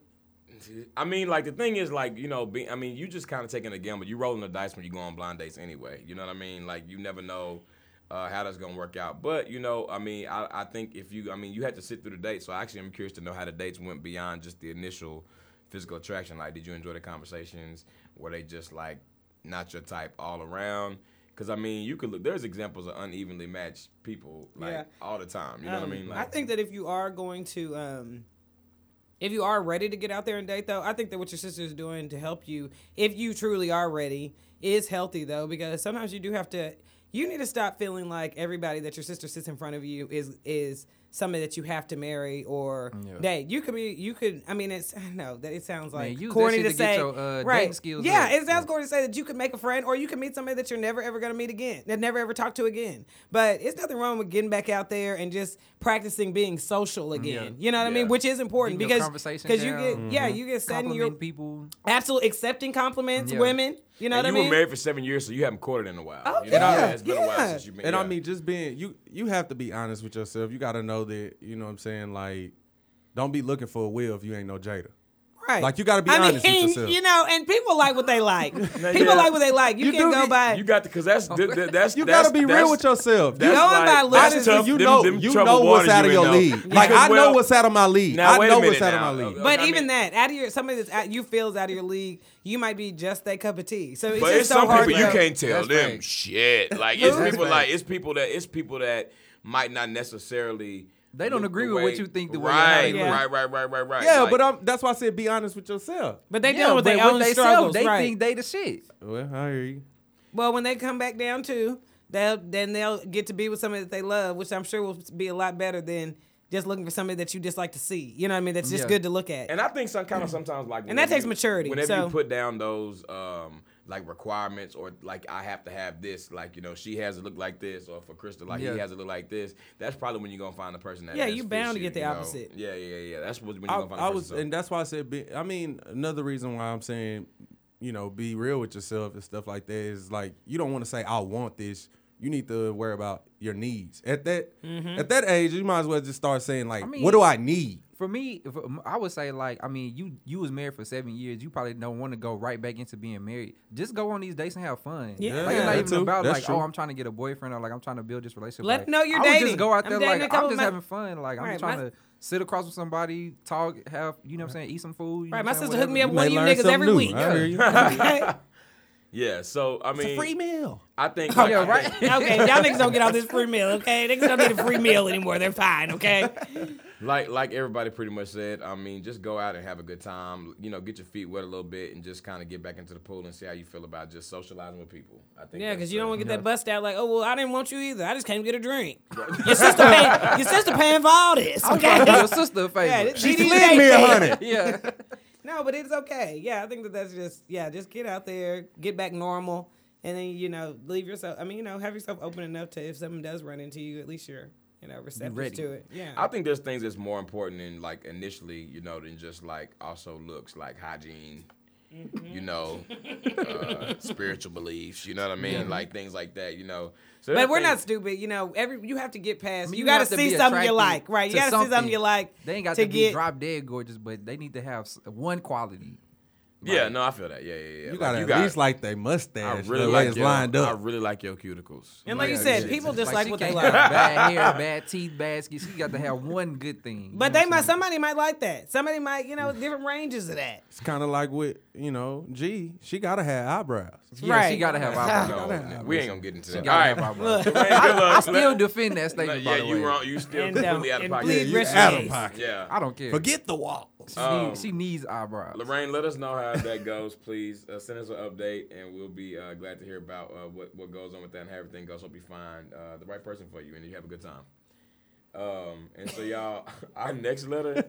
Speaker 4: I mean, like the thing is, like you know, be, I mean, you just kind of taking a gamble. You rolling the dice when you go on blind dates anyway. You know what I mean? Like you never know uh, how that's gonna work out. But you know, I mean, I, I think if you, I mean, you had to sit through the date. So actually, I'm curious to know how the dates went beyond just the initial physical attraction. Like, did you enjoy the conversations? Were they just like not your type all around? Because I mean, you could look. There's examples of unevenly matched people like
Speaker 2: Yeah.
Speaker 4: all the time. You know
Speaker 2: Um,
Speaker 4: what I
Speaker 5: Mm,
Speaker 4: mean? Like,
Speaker 2: I think that if you are going to, um, if you are ready to get out there and date, though, I think that what your sister is doing to help you, if you truly are ready, is healthy, though, because sometimes you do have to. You need to stop feeling like everybody that your sister sits in front of you is is somebody that you have to marry or date. You could be, you could. I mean, it's I know that it sounds like
Speaker 1: use that
Speaker 2: corny
Speaker 1: shit
Speaker 2: to,
Speaker 1: to get
Speaker 2: say,
Speaker 1: your, uh, dating
Speaker 2: right?
Speaker 1: skills
Speaker 2: yeah,
Speaker 1: up.
Speaker 2: it sounds corny to say that you could make a friend or you can meet somebody that you're never ever gonna meet again, that never ever talk to again. But it's nothing wrong with getting back out there and just practicing being social again. You know what I mean?
Speaker 4: Yeah.
Speaker 2: Which is important
Speaker 1: Getting your
Speaker 2: because
Speaker 1: conversation
Speaker 2: because you
Speaker 1: down.
Speaker 2: get yeah you get sending
Speaker 1: Compliment
Speaker 2: your
Speaker 1: people.
Speaker 2: absolute accepting compliments,
Speaker 1: Yeah.
Speaker 2: women. You know
Speaker 4: And
Speaker 2: what I
Speaker 4: you
Speaker 2: mean?
Speaker 4: were married for seven years, so you haven't courted in a while.
Speaker 2: Oh,
Speaker 4: you know,
Speaker 2: yeah,
Speaker 4: It's been a while
Speaker 2: yeah.
Speaker 4: since you've been.
Speaker 5: And I
Speaker 4: yeah.
Speaker 5: mean, just being you, you have to be honest with yourself. You got to know that you know what I'm saying. Like, don't be looking for a will if you ain't no Jada.
Speaker 2: Right.
Speaker 5: Like, you gotta be
Speaker 2: I
Speaker 5: honest with
Speaker 2: mean,
Speaker 5: yourself.
Speaker 2: You know, and people like what they like. people
Speaker 4: yeah.
Speaker 2: like what they like. You,
Speaker 5: You
Speaker 2: can't
Speaker 5: do-
Speaker 2: go by.
Speaker 4: you got to because that's th- th- that's
Speaker 5: You
Speaker 4: that's-
Speaker 5: got to be
Speaker 4: that's-
Speaker 5: real with yourself.
Speaker 4: That's
Speaker 5: You-
Speaker 2: Going
Speaker 4: like,
Speaker 2: by
Speaker 4: that's
Speaker 2: looks.
Speaker 4: tough.
Speaker 5: you
Speaker 4: Them-
Speaker 5: know,
Speaker 4: them
Speaker 5: you
Speaker 4: trouble
Speaker 5: know what's
Speaker 4: waters
Speaker 5: out
Speaker 4: you
Speaker 5: of
Speaker 4: in
Speaker 5: your
Speaker 4: though.
Speaker 5: league. Like
Speaker 4: Because,
Speaker 5: I know
Speaker 4: well,
Speaker 5: what's out of my league.
Speaker 4: now,
Speaker 5: I
Speaker 4: wait a
Speaker 5: know
Speaker 4: minute
Speaker 5: what's out of
Speaker 4: now.
Speaker 5: my league.
Speaker 4: Uh,
Speaker 2: but
Speaker 4: I mean-
Speaker 2: even that, out of your somebody that's out, you feels out of your league, you might be just that cup of tea. So it's
Speaker 4: But
Speaker 2: just
Speaker 4: it's
Speaker 2: so
Speaker 4: some
Speaker 2: hard
Speaker 4: people
Speaker 2: to know.
Speaker 4: you can't tell
Speaker 1: That's
Speaker 4: them
Speaker 1: facts.
Speaker 4: shit. Like it's
Speaker 1: That's
Speaker 4: people like
Speaker 1: facts.
Speaker 4: it's people that it's people that might not necessarily.
Speaker 1: They don't
Speaker 4: look
Speaker 1: agree
Speaker 4: the
Speaker 1: with what
Speaker 4: way-
Speaker 1: you think the way how
Speaker 4: right,
Speaker 1: they
Speaker 2: look.
Speaker 4: right, right, right, right, right.
Speaker 5: Yeah,
Speaker 4: Like,
Speaker 5: but I'm, that's why I said be honest with yourself.
Speaker 2: But they
Speaker 1: Yeah,
Speaker 2: deal with
Speaker 1: but
Speaker 2: their
Speaker 1: what
Speaker 2: own
Speaker 1: they sell,
Speaker 2: struggles,
Speaker 1: they
Speaker 2: right?
Speaker 1: think they the shit.
Speaker 5: Well, I hear you.
Speaker 2: Well, when they come back down to, they'll then they'll get to be with somebody that they love, which I'm sure will be a lot better than just looking for somebody that you just like to see. You know what I mean? That's just
Speaker 1: Yeah.
Speaker 2: good to look at.
Speaker 4: And I think some kind of sometimes like
Speaker 2: Mm. And that
Speaker 4: whenever
Speaker 2: takes
Speaker 4: you-
Speaker 2: maturity,
Speaker 4: Whenever
Speaker 2: so-
Speaker 4: you put down those um like requirements or like I have to have this, like you know she has to look like this, or for Crystal like
Speaker 1: Yeah.
Speaker 4: he has to look like this. That's probably when you're gonna find the person that
Speaker 2: Yeah,
Speaker 4: best
Speaker 2: you
Speaker 4: fits
Speaker 2: bound to
Speaker 4: you,
Speaker 2: get the
Speaker 4: you know?
Speaker 2: opposite.
Speaker 4: Yeah, yeah, yeah. That's what when you're
Speaker 5: I,
Speaker 4: gonna find.
Speaker 5: I
Speaker 4: the
Speaker 5: was,
Speaker 4: person.
Speaker 5: and that's why I said. Be, I mean, another reason why I'm saying, you know, be real with yourself and stuff like that is like you don't want to say I want this. You need to worry about your needs. At that at that age, you might as well just start saying like,
Speaker 1: I mean-
Speaker 5: "What do I need?"
Speaker 1: For me, if- um, I would say like I mean you you was married for seven years. You probably don't want to go right back into being married. Just go on these dates and have fun.
Speaker 2: Yeah.
Speaker 1: like it's
Speaker 2: Yeah,
Speaker 1: not
Speaker 5: that
Speaker 1: even
Speaker 5: too.
Speaker 1: about
Speaker 5: That's
Speaker 1: like
Speaker 5: true.
Speaker 1: oh I'm trying to get a boyfriend or like I'm trying to build this relationship.
Speaker 2: Let
Speaker 1: like,
Speaker 2: know you're
Speaker 1: I would
Speaker 2: dating.
Speaker 1: Just go out
Speaker 2: I'm
Speaker 1: there
Speaker 2: dating a
Speaker 1: like
Speaker 2: couple
Speaker 1: I'm just
Speaker 2: my-
Speaker 1: having fun. Like I'm
Speaker 2: Right,
Speaker 1: just trying
Speaker 2: my-
Speaker 1: to sit across with somebody, talk, have you know what I'm saying, eat some food. you know what
Speaker 2: Right, my
Speaker 1: I'm saying,
Speaker 2: sister hooked me up
Speaker 1: whatever.
Speaker 2: with one of
Speaker 5: may
Speaker 2: you
Speaker 5: learn
Speaker 2: niggas
Speaker 5: something
Speaker 2: every
Speaker 5: new.
Speaker 2: week.
Speaker 5: I hear you.
Speaker 2: okay.
Speaker 4: Yeah, so I mean,
Speaker 5: meal.
Speaker 4: I
Speaker 2: Oh,
Speaker 4: think
Speaker 1: Yeah,
Speaker 4: like, I
Speaker 1: right.
Speaker 4: think-
Speaker 2: Okay, y'all niggas don't get all this free meal, okay? Niggas don't need a free meal anymore. They're fine, okay?
Speaker 4: like like everybody pretty much said, I mean, just go out and have a good time. You know, get your feet wet a little bit and just kind of get back into the pool and see how you feel about just socializing with people. I think.
Speaker 2: Yeah,
Speaker 4: that's
Speaker 2: because you don't
Speaker 4: the-
Speaker 2: want to get that bust out like, oh, well, I didn't want you either. I just came to get a drink. Your sister paying, your sister paying for all this,
Speaker 1: I'm trying to do
Speaker 2: okay?
Speaker 1: your sister a favor.
Speaker 2: Yeah,
Speaker 1: Yeah,
Speaker 2: this-
Speaker 5: She
Speaker 2: these
Speaker 5: slid me a
Speaker 2: days-
Speaker 5: hundred.
Speaker 2: No, but it's okay. Yeah, I think that that's just yeah, just get out there, get back normal, and then you know leave yourself. I mean, you know, have yourself open enough to if someone does run into you, at least you're you know receptive
Speaker 1: ready.
Speaker 2: to it. Yeah,
Speaker 4: I think there's things that's more important than like initially, you know, than just like also looks like hygiene,
Speaker 2: Mm-hmm.
Speaker 4: you know, uh, spiritual beliefs. You know what I mean? Like things like that. You know. So
Speaker 2: but
Speaker 4: there's
Speaker 2: we're not
Speaker 4: things-
Speaker 2: stupid. You know, every you have to get past.
Speaker 1: mean,
Speaker 2: you
Speaker 1: you
Speaker 2: got to
Speaker 1: have to
Speaker 2: see
Speaker 1: be
Speaker 2: something you
Speaker 1: attracted
Speaker 2: like, right?
Speaker 1: to
Speaker 2: You got to see something
Speaker 1: something.
Speaker 2: you like.
Speaker 1: They ain't got
Speaker 2: to,
Speaker 1: to,
Speaker 2: get
Speaker 1: be drop dead gorgeous, but they need to have s- one quality.
Speaker 4: Yeah, no, I feel that. Yeah, yeah, yeah.
Speaker 5: You gotta
Speaker 4: you
Speaker 5: at
Speaker 4: got-
Speaker 5: least like they mustache.
Speaker 4: I really
Speaker 5: the way
Speaker 4: like
Speaker 5: it's
Speaker 4: your,
Speaker 5: lined
Speaker 4: I
Speaker 5: up.
Speaker 4: really like your cuticles.
Speaker 2: And like you said, people just like,
Speaker 1: she
Speaker 2: what they
Speaker 1: can't
Speaker 2: like.
Speaker 1: have Bad hair, bad teeth, bad skin. She got to have one good thing. you know
Speaker 2: But they
Speaker 1: what
Speaker 2: might
Speaker 1: I'm saying?
Speaker 2: somebody might like that. Somebody might you know different ranges of that.
Speaker 5: it's kind of like with you know, G. She gotta have eyebrows.
Speaker 1: Yeah,
Speaker 2: Right.
Speaker 1: she got to have eyebrows.
Speaker 4: No, we ain't gonna get into that.
Speaker 1: gotta
Speaker 4: All
Speaker 1: have
Speaker 4: right,
Speaker 1: eyebrows.
Speaker 4: Dwayne, good luck.
Speaker 1: I still defend that
Speaker 4: No,
Speaker 1: statement.
Speaker 4: yeah,
Speaker 1: by the
Speaker 4: you
Speaker 1: way.
Speaker 4: wrong. You still
Speaker 2: And, um,
Speaker 4: completely out of
Speaker 2: and
Speaker 4: pocket.
Speaker 2: bleed
Speaker 5: you
Speaker 2: Rest in
Speaker 5: out of
Speaker 2: peace.
Speaker 5: pocket.
Speaker 4: yeah.
Speaker 1: I don't care.
Speaker 5: Forget the wall.
Speaker 1: She,
Speaker 4: Um,
Speaker 1: needs, she needs eyebrows.
Speaker 4: Lorraine, let us know how that goes, please. Uh, send us an update, and we'll be uh, glad to hear about uh, what what goes on with that and how everything goes. Hope you find uh, the right person for you, and you have a good time. Um, and so, y'all, our next letter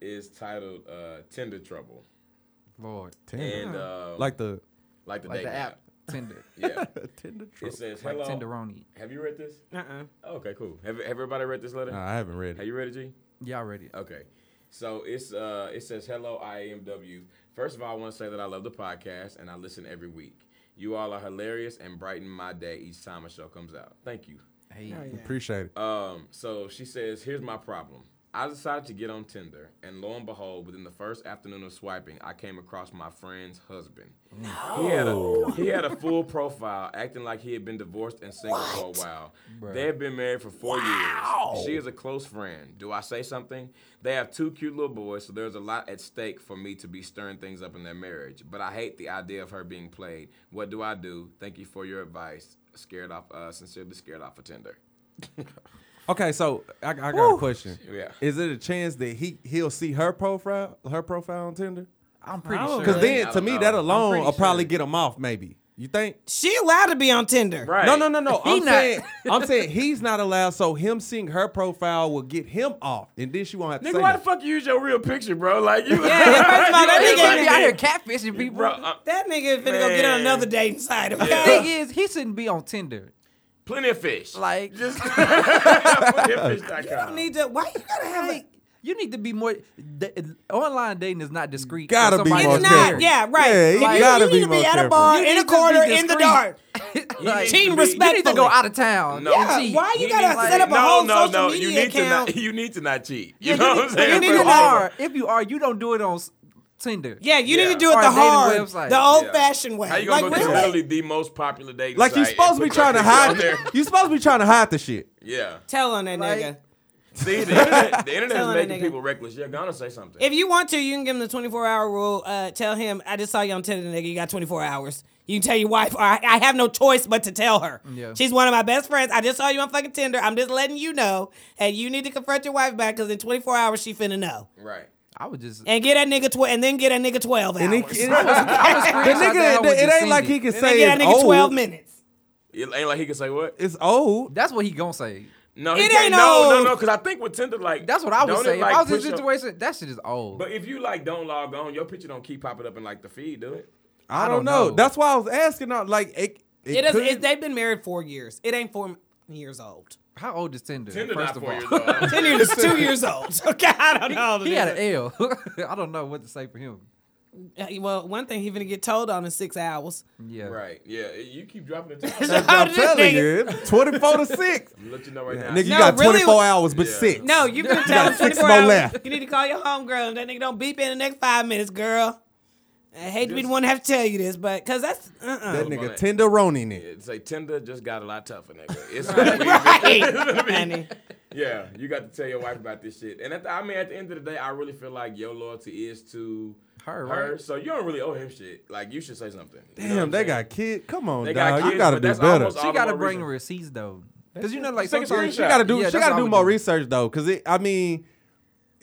Speaker 4: is titled uh, "Tender Trouble,"
Speaker 1: Lord,
Speaker 4: and uh,
Speaker 5: like the
Speaker 4: like the
Speaker 1: Mm-hmm. like
Speaker 4: dating
Speaker 1: the app Tinder,
Speaker 4: Yeah,
Speaker 5: Tinder
Speaker 4: it
Speaker 5: trouble.
Speaker 4: says
Speaker 1: like
Speaker 4: hello.
Speaker 1: Tinderoni.
Speaker 4: Have you read this?
Speaker 2: Uh uh
Speaker 4: Okay, cool. Have, have everybody read this letter?
Speaker 1: Uh,
Speaker 5: Nah, I haven't read
Speaker 4: Have
Speaker 5: it.
Speaker 4: you read it, G?
Speaker 1: Y'all ready? Uh,
Speaker 4: Okay. So it's uh it says hello IAMW. First of all, I want to say that I love the podcast and I listen every week. You all are hilarious and brighten my day each time a show comes out. Thank you.
Speaker 1: Hey,
Speaker 2: Oh,
Speaker 5: Appreciate it.
Speaker 4: Um, so she says, here's my problem. I decided to get on Tinder, and lo and behold, within the first afternoon of swiping, I came across my friend's husband. He, had a, he had a full profile, acting like he had been divorced and single for a while. They have been married for four years. She is a close friend. Do I say something? They have two cute little boys, so there's a lot at stake for me to be stirring things up in their marriage. But I hate the idea of her being played. What do I do? Thank you for your advice. Scared off, uh, sincerely scared off of Tinder.
Speaker 5: Okay, so I, I got a question.
Speaker 4: Yeah.
Speaker 5: Is it a chance that he he'll see her profile her profile on Tinder?
Speaker 1: I'm pretty
Speaker 2: Oh,
Speaker 1: sure.
Speaker 5: Because
Speaker 4: I
Speaker 5: then to
Speaker 4: don't
Speaker 5: me
Speaker 4: know.
Speaker 5: that
Speaker 4: I'm
Speaker 5: alone
Speaker 4: pretty
Speaker 5: will probably
Speaker 4: sure.
Speaker 5: get him off. Maybe you think?
Speaker 2: She allowed to be on Tinder.
Speaker 4: Right.
Speaker 5: No, no, no, no. I'm
Speaker 1: not.
Speaker 5: saying I'm saying he's not allowed. So him seeing her profile will get him off, and then she won't have to say
Speaker 4: Nigga, why the
Speaker 5: nothing.
Speaker 4: fuck you use your real picture, bro? Like you,
Speaker 2: Yeah, first of all, that
Speaker 1: He
Speaker 2: nigga
Speaker 1: gonna
Speaker 2: ain't
Speaker 1: be out here catfishing people.
Speaker 4: bro. uh,
Speaker 2: That nigga finna go get on
Speaker 4: Man.
Speaker 2: another dating site. Okay?
Speaker 4: Yeah.
Speaker 1: Thing is, he shouldn't be on Tinder.
Speaker 4: plenty of fish.
Speaker 1: Like-
Speaker 4: just plentyoffish.com.
Speaker 2: You don't need to. Why you gotta have
Speaker 1: Like,
Speaker 2: it?
Speaker 1: you need to be more. The, online dating is not discreet.
Speaker 5: Gotta
Speaker 1: If
Speaker 5: be
Speaker 1: somebody
Speaker 5: more
Speaker 2: It's
Speaker 1: is
Speaker 2: not.
Speaker 1: there.
Speaker 5: careful.
Speaker 2: Yeah, right.
Speaker 5: Yeah, you
Speaker 2: Like,
Speaker 5: gotta
Speaker 2: need
Speaker 5: be
Speaker 2: to be
Speaker 5: more
Speaker 2: at a
Speaker 5: careful.
Speaker 2: bar
Speaker 1: You
Speaker 2: in
Speaker 1: need
Speaker 2: a
Speaker 1: to be
Speaker 2: corner in the
Speaker 1: discreet.
Speaker 2: dark.
Speaker 1: Like,
Speaker 4: Teen
Speaker 1: you need to
Speaker 2: respectfully.
Speaker 1: go out of town.
Speaker 4: No.
Speaker 1: Yeah,
Speaker 4: He
Speaker 2: why you
Speaker 4: needs-
Speaker 2: gotta
Speaker 4: like-
Speaker 2: set up a
Speaker 4: no,
Speaker 2: whole
Speaker 4: no,
Speaker 2: social
Speaker 4: no,
Speaker 2: media
Speaker 4: you need
Speaker 2: account?
Speaker 4: To not, you need to not cheat. You
Speaker 1: Yeah, you
Speaker 4: know what I'm
Speaker 1: need-
Speaker 4: saying?
Speaker 1: If
Speaker 2: need
Speaker 1: you
Speaker 2: to
Speaker 4: bro?
Speaker 2: not-
Speaker 1: are, if you are, you don't do it on s- Tinder.
Speaker 2: Yeah, you need
Speaker 4: Yeah.
Speaker 2: to do it
Speaker 1: Or
Speaker 2: the
Speaker 1: a dating
Speaker 2: hard,
Speaker 1: website.
Speaker 2: the
Speaker 1: Yeah.
Speaker 2: old-fashioned way.
Speaker 4: How you gonna
Speaker 2: like
Speaker 4: go to
Speaker 2: really?
Speaker 4: literally the most popular dating
Speaker 5: Like you
Speaker 4: site
Speaker 5: supposed
Speaker 4: and
Speaker 5: to be
Speaker 4: put your
Speaker 5: trying to
Speaker 4: picture on
Speaker 5: hide.
Speaker 4: there?
Speaker 5: You supposed to be trying to hide the shit.
Speaker 4: Yeah.
Speaker 2: Tell on that
Speaker 1: Like-
Speaker 2: nigga.
Speaker 4: See, the internet, the internet
Speaker 2: Tell
Speaker 4: is
Speaker 2: that
Speaker 4: making
Speaker 2: nigga.
Speaker 4: people reckless. You're gonna say something.
Speaker 2: If you want to, you can give him the 24 hour rule. Uh, tell him, I just saw you on Tinder, nigga. You got 24 hours. You can tell your wife, or I, I have no choice but to tell her.
Speaker 1: Yeah.
Speaker 2: She's one of my best friends. I just saw you on fucking Tinder. I'm just letting you know. And you need to confront your wife back because in 24 hours, she finna know.
Speaker 4: right.
Speaker 1: I would just.
Speaker 2: And get that nigga 12, and then get that nigga 12
Speaker 5: And
Speaker 2: hours.
Speaker 5: it, it-
Speaker 1: I would
Speaker 5: the
Speaker 1: screenshot that, I
Speaker 5: nigga,
Speaker 1: would
Speaker 5: it,
Speaker 1: just
Speaker 5: ain't
Speaker 1: send
Speaker 5: like
Speaker 1: it.
Speaker 5: he can
Speaker 2: then
Speaker 5: say
Speaker 2: get that
Speaker 5: it's
Speaker 2: nigga 12
Speaker 5: old.
Speaker 2: minutes.
Speaker 4: It ain't like he can say what?
Speaker 5: It's old.
Speaker 1: That's what he gonna say.
Speaker 4: No, he
Speaker 2: It
Speaker 4: can't-
Speaker 2: ain't
Speaker 4: no,
Speaker 2: old.
Speaker 4: no, no. Because I think with Tinder, like
Speaker 1: That's what I would
Speaker 4: don't it,
Speaker 1: say.
Speaker 4: like,
Speaker 1: if I was in
Speaker 4: push
Speaker 1: a
Speaker 4: your-
Speaker 1: situation, that shit is old.
Speaker 4: But if you like don't log on, your picture don't keep popping up in like the feed, do it?
Speaker 5: I,
Speaker 1: I
Speaker 5: don't
Speaker 1: don't
Speaker 5: know.
Speaker 1: know.
Speaker 5: That's why I was asking. uh, Like it. It,
Speaker 2: It does,
Speaker 5: could-
Speaker 2: it, they've been married four years. It ain't four years old.
Speaker 1: How old is Tinder?
Speaker 4: Tinder
Speaker 1: first
Speaker 4: not
Speaker 1: of
Speaker 4: four
Speaker 1: all,
Speaker 4: years old.
Speaker 2: Tinder is two years old. Okay, I don't know.
Speaker 1: he had an L. I don't know what to say for him.
Speaker 2: Uh, Well, one thing he gonna get told on in six hours.
Speaker 1: Yeah.
Speaker 4: Right. Yeah. You keep dropping the
Speaker 2: So
Speaker 4: time.
Speaker 5: I'm
Speaker 2: this nigga-
Speaker 5: telling you, it's 24 to 6.
Speaker 4: I'm let you know right now.
Speaker 5: Nigga, you
Speaker 2: No,
Speaker 5: got
Speaker 2: really-
Speaker 5: 24 hours, but
Speaker 4: Yeah.
Speaker 5: 6.
Speaker 2: No, you've been telling
Speaker 5: got six
Speaker 2: 24
Speaker 5: more
Speaker 2: hours.
Speaker 5: left.
Speaker 2: You need to call your homegirl. If that nigga don't beep in the next five minutes, girl. I hate to be the one to have to tell you this, but because that's uh uh
Speaker 5: That
Speaker 4: my
Speaker 5: nigga
Speaker 4: neck.
Speaker 5: tenderoning it.
Speaker 4: It's like Tinder just got a lot tougher, nigga. It's
Speaker 2: right, honey.
Speaker 4: yeah, you got to tell your wife about this shit. And at the, I mean, at the end of the day, I really feel like your loyalty is to
Speaker 1: Her, right?
Speaker 4: So you don't really owe him shit. Like you should say something. You know what
Speaker 5: Damn,
Speaker 4: I'm
Speaker 5: they
Speaker 4: saying?
Speaker 5: got kid. Come on,
Speaker 4: They
Speaker 5: dog.
Speaker 4: got
Speaker 5: you
Speaker 4: kids,
Speaker 5: gotta
Speaker 4: but
Speaker 5: do
Speaker 4: that's
Speaker 5: better.
Speaker 4: almost
Speaker 5: She
Speaker 4: all-
Speaker 1: She
Speaker 4: the
Speaker 1: gotta
Speaker 4: more
Speaker 1: bring
Speaker 4: reason.
Speaker 1: receipts though, because you know, like
Speaker 4: Take a
Speaker 1: sometimes
Speaker 4: screenshot.
Speaker 5: gotta do.
Speaker 1: Yeah,
Speaker 5: she
Speaker 1: that's
Speaker 5: gotta
Speaker 1: all
Speaker 5: do
Speaker 1: we
Speaker 5: more
Speaker 1: do.
Speaker 5: research though, because it. I mean,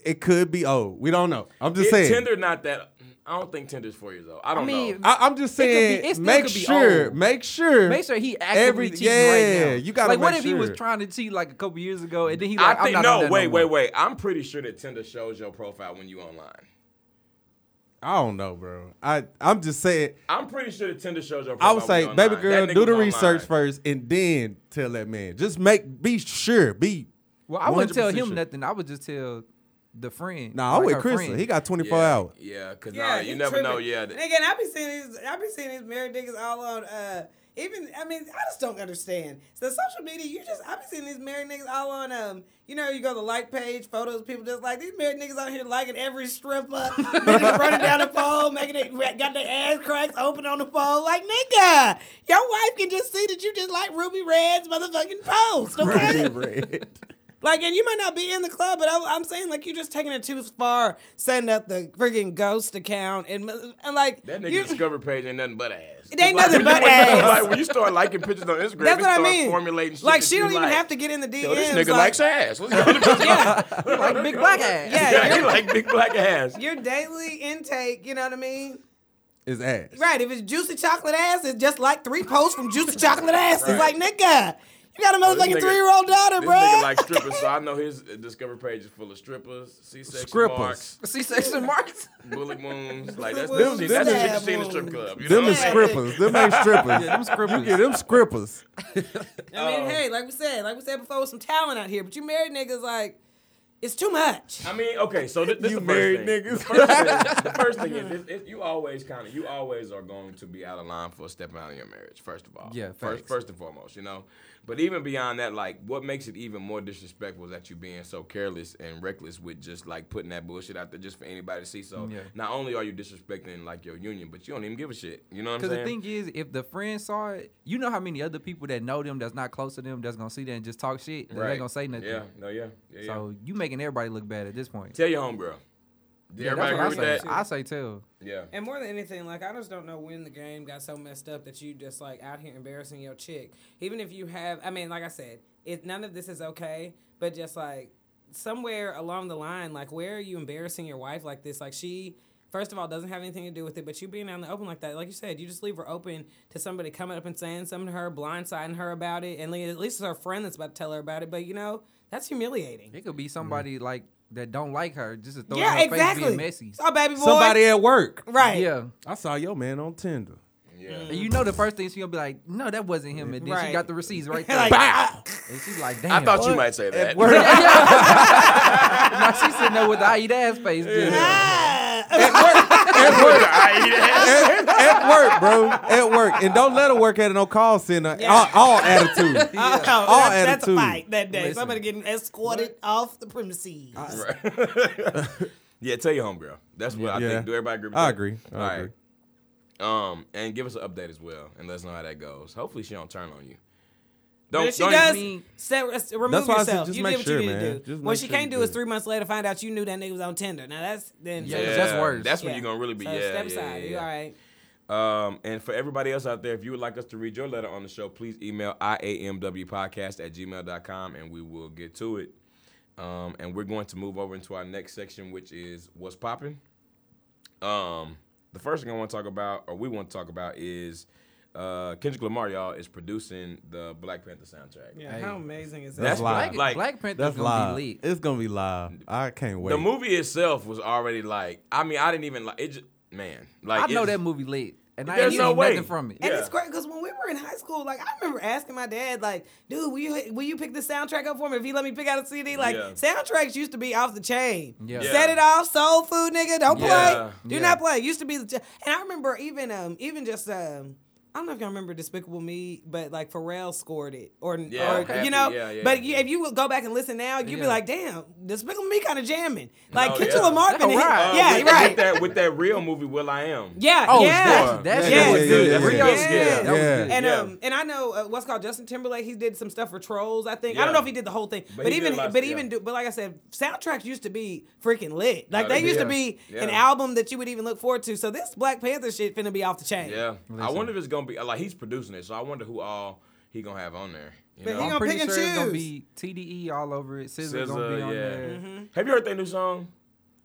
Speaker 5: it could be old. We don't know. I'm just
Speaker 4: It-
Speaker 5: saying.
Speaker 4: Tinder not that. I don't think Tinder's four years old. I don't
Speaker 1: mean,
Speaker 4: know.
Speaker 5: I, I'm just
Speaker 1: It could be-
Speaker 5: saying.
Speaker 1: it still
Speaker 5: make
Speaker 1: could be
Speaker 5: sure.
Speaker 1: old.
Speaker 5: Make sure.
Speaker 1: Make sure he actively
Speaker 5: Every-
Speaker 1: cheating
Speaker 5: yeah,
Speaker 1: right now.
Speaker 5: you gotta
Speaker 1: like, what
Speaker 5: make
Speaker 1: if he was
Speaker 5: sure.
Speaker 1: trying to cheat like a couple years ago, and then he
Speaker 4: I
Speaker 1: like,
Speaker 4: think
Speaker 1: am not on
Speaker 4: no.
Speaker 1: that
Speaker 4: Wait,
Speaker 1: more.
Speaker 4: wait, wait. I'm pretty sure that Tinder shows your profile when you online.
Speaker 5: I don't know, bro. I I'm just saying.
Speaker 4: I'm pretty sure that Tinder shows your profile.
Speaker 5: I would say,
Speaker 4: when you
Speaker 5: baby
Speaker 4: online.
Speaker 5: girl,
Speaker 4: That nigga
Speaker 5: do the
Speaker 4: was
Speaker 5: research
Speaker 4: online.
Speaker 5: first, and then tell that man. Just make. Be sure. Be.
Speaker 1: Well, I wouldn't tell
Speaker 5: 100% sure.
Speaker 1: him nothing. I would just tell the friend.
Speaker 5: Nah, I'm
Speaker 1: like
Speaker 5: with
Speaker 1: her
Speaker 5: Chris.
Speaker 1: friend.
Speaker 5: He got 24
Speaker 4: yeah,
Speaker 5: hours.
Speaker 4: Yeah, cause
Speaker 2: Yeah,
Speaker 4: nah,
Speaker 2: he
Speaker 4: you never
Speaker 2: tripping.
Speaker 4: know. Yeah,
Speaker 2: Nigga, and I be seeing these, I be seeing these married niggas all on. uh Even I mean, I just don't understand. So social media, you just I be seeing these married niggas all on. Um, you know, you go to the like page, photos, people just like these married niggas out here liking every stripper, niggas running down the pole, making they got their ass cracks open on the pole. Like nigga, your wife can just see that you just like Ruby Red's motherfucking post. Okay. Like, and you might not be in the club, but I, I'm saying like you're just taking it too far, setting up the friggin' ghost account and, and like
Speaker 4: That nigga
Speaker 2: you-
Speaker 4: discover page ain't nothing but ass.
Speaker 2: It ain't nothing but
Speaker 4: Like, when you-
Speaker 2: ass.
Speaker 4: Like when you start liking pictures on Instagram,
Speaker 2: that's
Speaker 4: it
Speaker 2: what I
Speaker 4: start
Speaker 2: mean.
Speaker 4: formulating shit
Speaker 2: like
Speaker 4: that
Speaker 2: she
Speaker 4: you
Speaker 2: don't even
Speaker 4: like.
Speaker 2: have to get in the DMs.
Speaker 4: Yo, this nigga
Speaker 2: like,
Speaker 4: likes ass. Let's go to the
Speaker 1: He like big black ass.
Speaker 2: Yeah.
Speaker 4: yeah, he
Speaker 2: you're-
Speaker 4: like big black ass.
Speaker 2: your daily intake. You know what I mean?
Speaker 5: Is ass.
Speaker 2: Right. If it's juicy chocolate ass, it's just like three posts from juicy chocolate ass. It's like nigga, you got a
Speaker 4: Oh, this
Speaker 2: motherfucking
Speaker 4: nigga-
Speaker 2: three year old daughter,
Speaker 4: This
Speaker 2: bruh.
Speaker 4: nigga like strippers, so I know his uh, Discover page is full of strippers, C-section
Speaker 5: Strippers.
Speaker 4: marks,
Speaker 1: C-section marks.
Speaker 4: bullet wounds. Like that's
Speaker 2: Bullet
Speaker 4: them,
Speaker 2: wounds,
Speaker 4: that's the shit you
Speaker 2: stab
Speaker 4: see in the strip
Speaker 2: wounds.
Speaker 4: club. You
Speaker 5: Them
Speaker 4: know
Speaker 5: is
Speaker 4: what I'm
Speaker 2: script-
Speaker 4: saying?
Speaker 5: strippers. Them ain't strippers.
Speaker 1: Yeah, them scribbles.
Speaker 5: You get them scrippers.
Speaker 2: I mean,
Speaker 4: um,
Speaker 2: hey, like we said, like we said before, with some talent out here, but you married niggas like it's too much.
Speaker 4: I mean, okay, so thi- this,
Speaker 5: You
Speaker 4: the first
Speaker 5: married
Speaker 4: thing.
Speaker 5: niggas.
Speaker 4: The first thing, the first thing is, it, it, you always kind of, you always are going to be out of line for stepping out of your marriage. First of all,
Speaker 1: Yeah,
Speaker 4: First,
Speaker 1: facts.
Speaker 4: first and foremost, you know. But even beyond that, like, what makes it even more disrespectful is that you being so careless and reckless with just like putting that bullshit out there just for anybody to see. So
Speaker 1: Yeah.
Speaker 4: not only are you disrespecting like your union, but you don't even give a shit. You know what I'm
Speaker 1: Because the
Speaker 4: saying?
Speaker 1: thing is, if the friend saw it, you know how many other people that know them that's not close to them that's gonna see that and just talk shit. That They
Speaker 4: Right.
Speaker 1: gonna say nothing.
Speaker 4: Yeah, no, yeah, yeah. yeah.
Speaker 1: So you making everybody look bad at this point.
Speaker 4: Tell your homegirl. Did
Speaker 1: Yeah,
Speaker 4: everybody agree
Speaker 1: that's
Speaker 4: with
Speaker 1: what I say.
Speaker 4: that?
Speaker 1: I say too.
Speaker 4: yeah.
Speaker 2: And more than anything, like I just don't know when the game got so messed up that you just like out here embarrassing your chick. Even if you have, I mean, like I said, it none of this is okay, but just like somewhere along the line, like where are you embarrassing your wife like this? Like she. First of all, doesn't have anything to do with it, but you being out in the open like that, like you said, you just leave her open to somebody coming up and saying something to her, blindsiding her about it, and at least it's her friend that's about to tell her about it. But you know, that's humiliating.
Speaker 1: It could be somebody
Speaker 4: Mm.
Speaker 1: like that don't like her just to throw it in
Speaker 2: Yeah,
Speaker 1: her
Speaker 2: exactly.
Speaker 1: face being messy.
Speaker 2: Oh, baby boy,
Speaker 5: Somebody at work.
Speaker 2: right?
Speaker 1: Yeah.
Speaker 5: I saw your man on Tinder.
Speaker 4: Yeah.
Speaker 1: And you know the first thing she gonna be like, no, that wasn't him. And then
Speaker 2: Right.
Speaker 1: she got the receipts right there.
Speaker 2: Like,
Speaker 1: And she's like, damn.
Speaker 4: I thought you might say that.
Speaker 1: now she's sitting there with the I eat ass face. just-
Speaker 2: ah.
Speaker 5: at, at work, bro. At work, and don't let her work at no call center.
Speaker 2: Yeah.
Speaker 5: All, all attitude.
Speaker 2: Oh,
Speaker 5: All
Speaker 2: that's, that's a
Speaker 5: attitude.
Speaker 2: fight that day.
Speaker 1: Listen.
Speaker 2: Somebody getting escorted off the premises.
Speaker 4: Yeah, tell your homegirl. That's what I
Speaker 5: Yeah.
Speaker 4: think. Do everybody agree? With
Speaker 5: I
Speaker 4: that?
Speaker 5: agree. I
Speaker 4: All right.
Speaker 5: agree.
Speaker 4: Um, and give us an update as well, and let us know how that goes. Hopefully, she don't turn on you.
Speaker 2: but
Speaker 4: Don't.
Speaker 2: if she
Speaker 4: don't
Speaker 2: does,
Speaker 1: mean-
Speaker 2: set, res- remove
Speaker 5: That's why I said
Speaker 2: yourself.
Speaker 5: just
Speaker 2: you
Speaker 5: make
Speaker 2: did what
Speaker 5: sure,
Speaker 2: you need
Speaker 5: man.
Speaker 2: to do.
Speaker 5: Just
Speaker 2: what
Speaker 5: make
Speaker 2: she
Speaker 5: sure
Speaker 2: can't
Speaker 5: you
Speaker 2: do is
Speaker 5: do it.
Speaker 2: three months later find out you knew that nigga was on Tinder. Now that's then
Speaker 1: Yeah.
Speaker 4: Yeah,
Speaker 1: That's worse.
Speaker 4: That's when
Speaker 2: Yeah.
Speaker 4: you're gonna really be.
Speaker 2: So
Speaker 4: yeah,
Speaker 2: step
Speaker 4: yeah,
Speaker 2: aside.
Speaker 4: yeah.
Speaker 2: You all right?
Speaker 4: Um, and for everybody else out there, if you would like us to read your letter on the show, please email iamwpodcast at gmail.com and we will get to it. Um, and we're going to move over into our next section, which is what's popping. Um, the first thing I want to talk about, or we want to talk about, is uh, Kendrick Lamar, y'all, is producing the Black Panther soundtrack.
Speaker 2: Yeah. How amazing is that?
Speaker 4: That's
Speaker 5: live.
Speaker 1: Black,
Speaker 4: like, like
Speaker 1: Black Panther's
Speaker 5: That's
Speaker 1: gonna
Speaker 5: live.
Speaker 1: be lit.
Speaker 5: It's gonna be live. I can't wait.
Speaker 4: the movie itself was already like. I mean, I didn't even like it. Just, man, like
Speaker 1: I know
Speaker 4: it's-
Speaker 1: that movie lit. and I
Speaker 4: There's
Speaker 1: ain't
Speaker 4: no
Speaker 1: seen
Speaker 4: way.
Speaker 1: nothing from it.
Speaker 2: And
Speaker 4: Yeah.
Speaker 2: it's great because when we were in high school, like I remember asking my dad, like, "Dude, will you will you pick the soundtrack up for me if he let me pick out a CD?" Like
Speaker 4: Yeah.
Speaker 2: soundtracks used to be off the chain.
Speaker 1: Yeah.
Speaker 4: Yeah.
Speaker 2: Set it off, soul food, nigga. Don't
Speaker 4: Yeah.
Speaker 2: play. Do
Speaker 1: Yeah.
Speaker 2: not play. It used to be the. Ch- and I remember even um even just um. I don't know if y'all remember Despicable Me, but like Pharrell scored it, or,
Speaker 4: Yeah,
Speaker 2: or
Speaker 4: Happy,
Speaker 2: you know.
Speaker 4: yeah, yeah.
Speaker 2: But you, if you would go back and listen now, you'd be
Speaker 1: Yeah.
Speaker 2: like, "Damn, Despicable Me kind of jamming." Like,
Speaker 4: Oh,
Speaker 2: get
Speaker 4: yeah.
Speaker 2: you a Marvin.
Speaker 1: That
Speaker 2: and hit-
Speaker 1: ride.
Speaker 2: Yeah,
Speaker 4: uh, with,
Speaker 2: right.
Speaker 4: With that, with that real movie, Will I Am.
Speaker 2: yeah,
Speaker 1: Oh,
Speaker 2: yeah.
Speaker 1: that, that
Speaker 5: Yeah,
Speaker 1: shit
Speaker 2: yeah,
Speaker 1: was
Speaker 2: yeah,
Speaker 1: good.
Speaker 4: yeah,
Speaker 1: That
Speaker 4: yeah.
Speaker 1: Rio was good. That was
Speaker 5: Yeah.
Speaker 1: good.
Speaker 2: And
Speaker 4: Yeah.
Speaker 2: um and I know uh, what's called Justin Timberlake. He did some stuff for Trolls. I think I
Speaker 4: Yeah.
Speaker 2: don't know if he did the whole thing, but,
Speaker 4: But he did
Speaker 2: even
Speaker 4: a lot-
Speaker 2: but
Speaker 4: yeah.
Speaker 2: even do, but like I said, soundtracks used to be freaking lit. Like
Speaker 4: they
Speaker 2: they used to
Speaker 4: did.
Speaker 2: be an
Speaker 4: Yeah.
Speaker 2: album that you would even look forward to. So this Black Panther shit finna be off the chain.
Speaker 4: Yeah. I
Speaker 1: Listen.
Speaker 4: wonder if it's gonna be like he's producing it, so I wonder who all he gonna have on there. You
Speaker 2: But
Speaker 4: know?
Speaker 2: he
Speaker 1: I'm
Speaker 2: gonna
Speaker 1: pretty
Speaker 2: pick and
Speaker 1: sure it's gonna
Speaker 2: choose.
Speaker 1: be TDE all over it. SZA's
Speaker 4: SZA,
Speaker 1: gonna be on
Speaker 4: yeah.
Speaker 1: there.
Speaker 2: Mm-hmm.
Speaker 4: Have you heard that new song?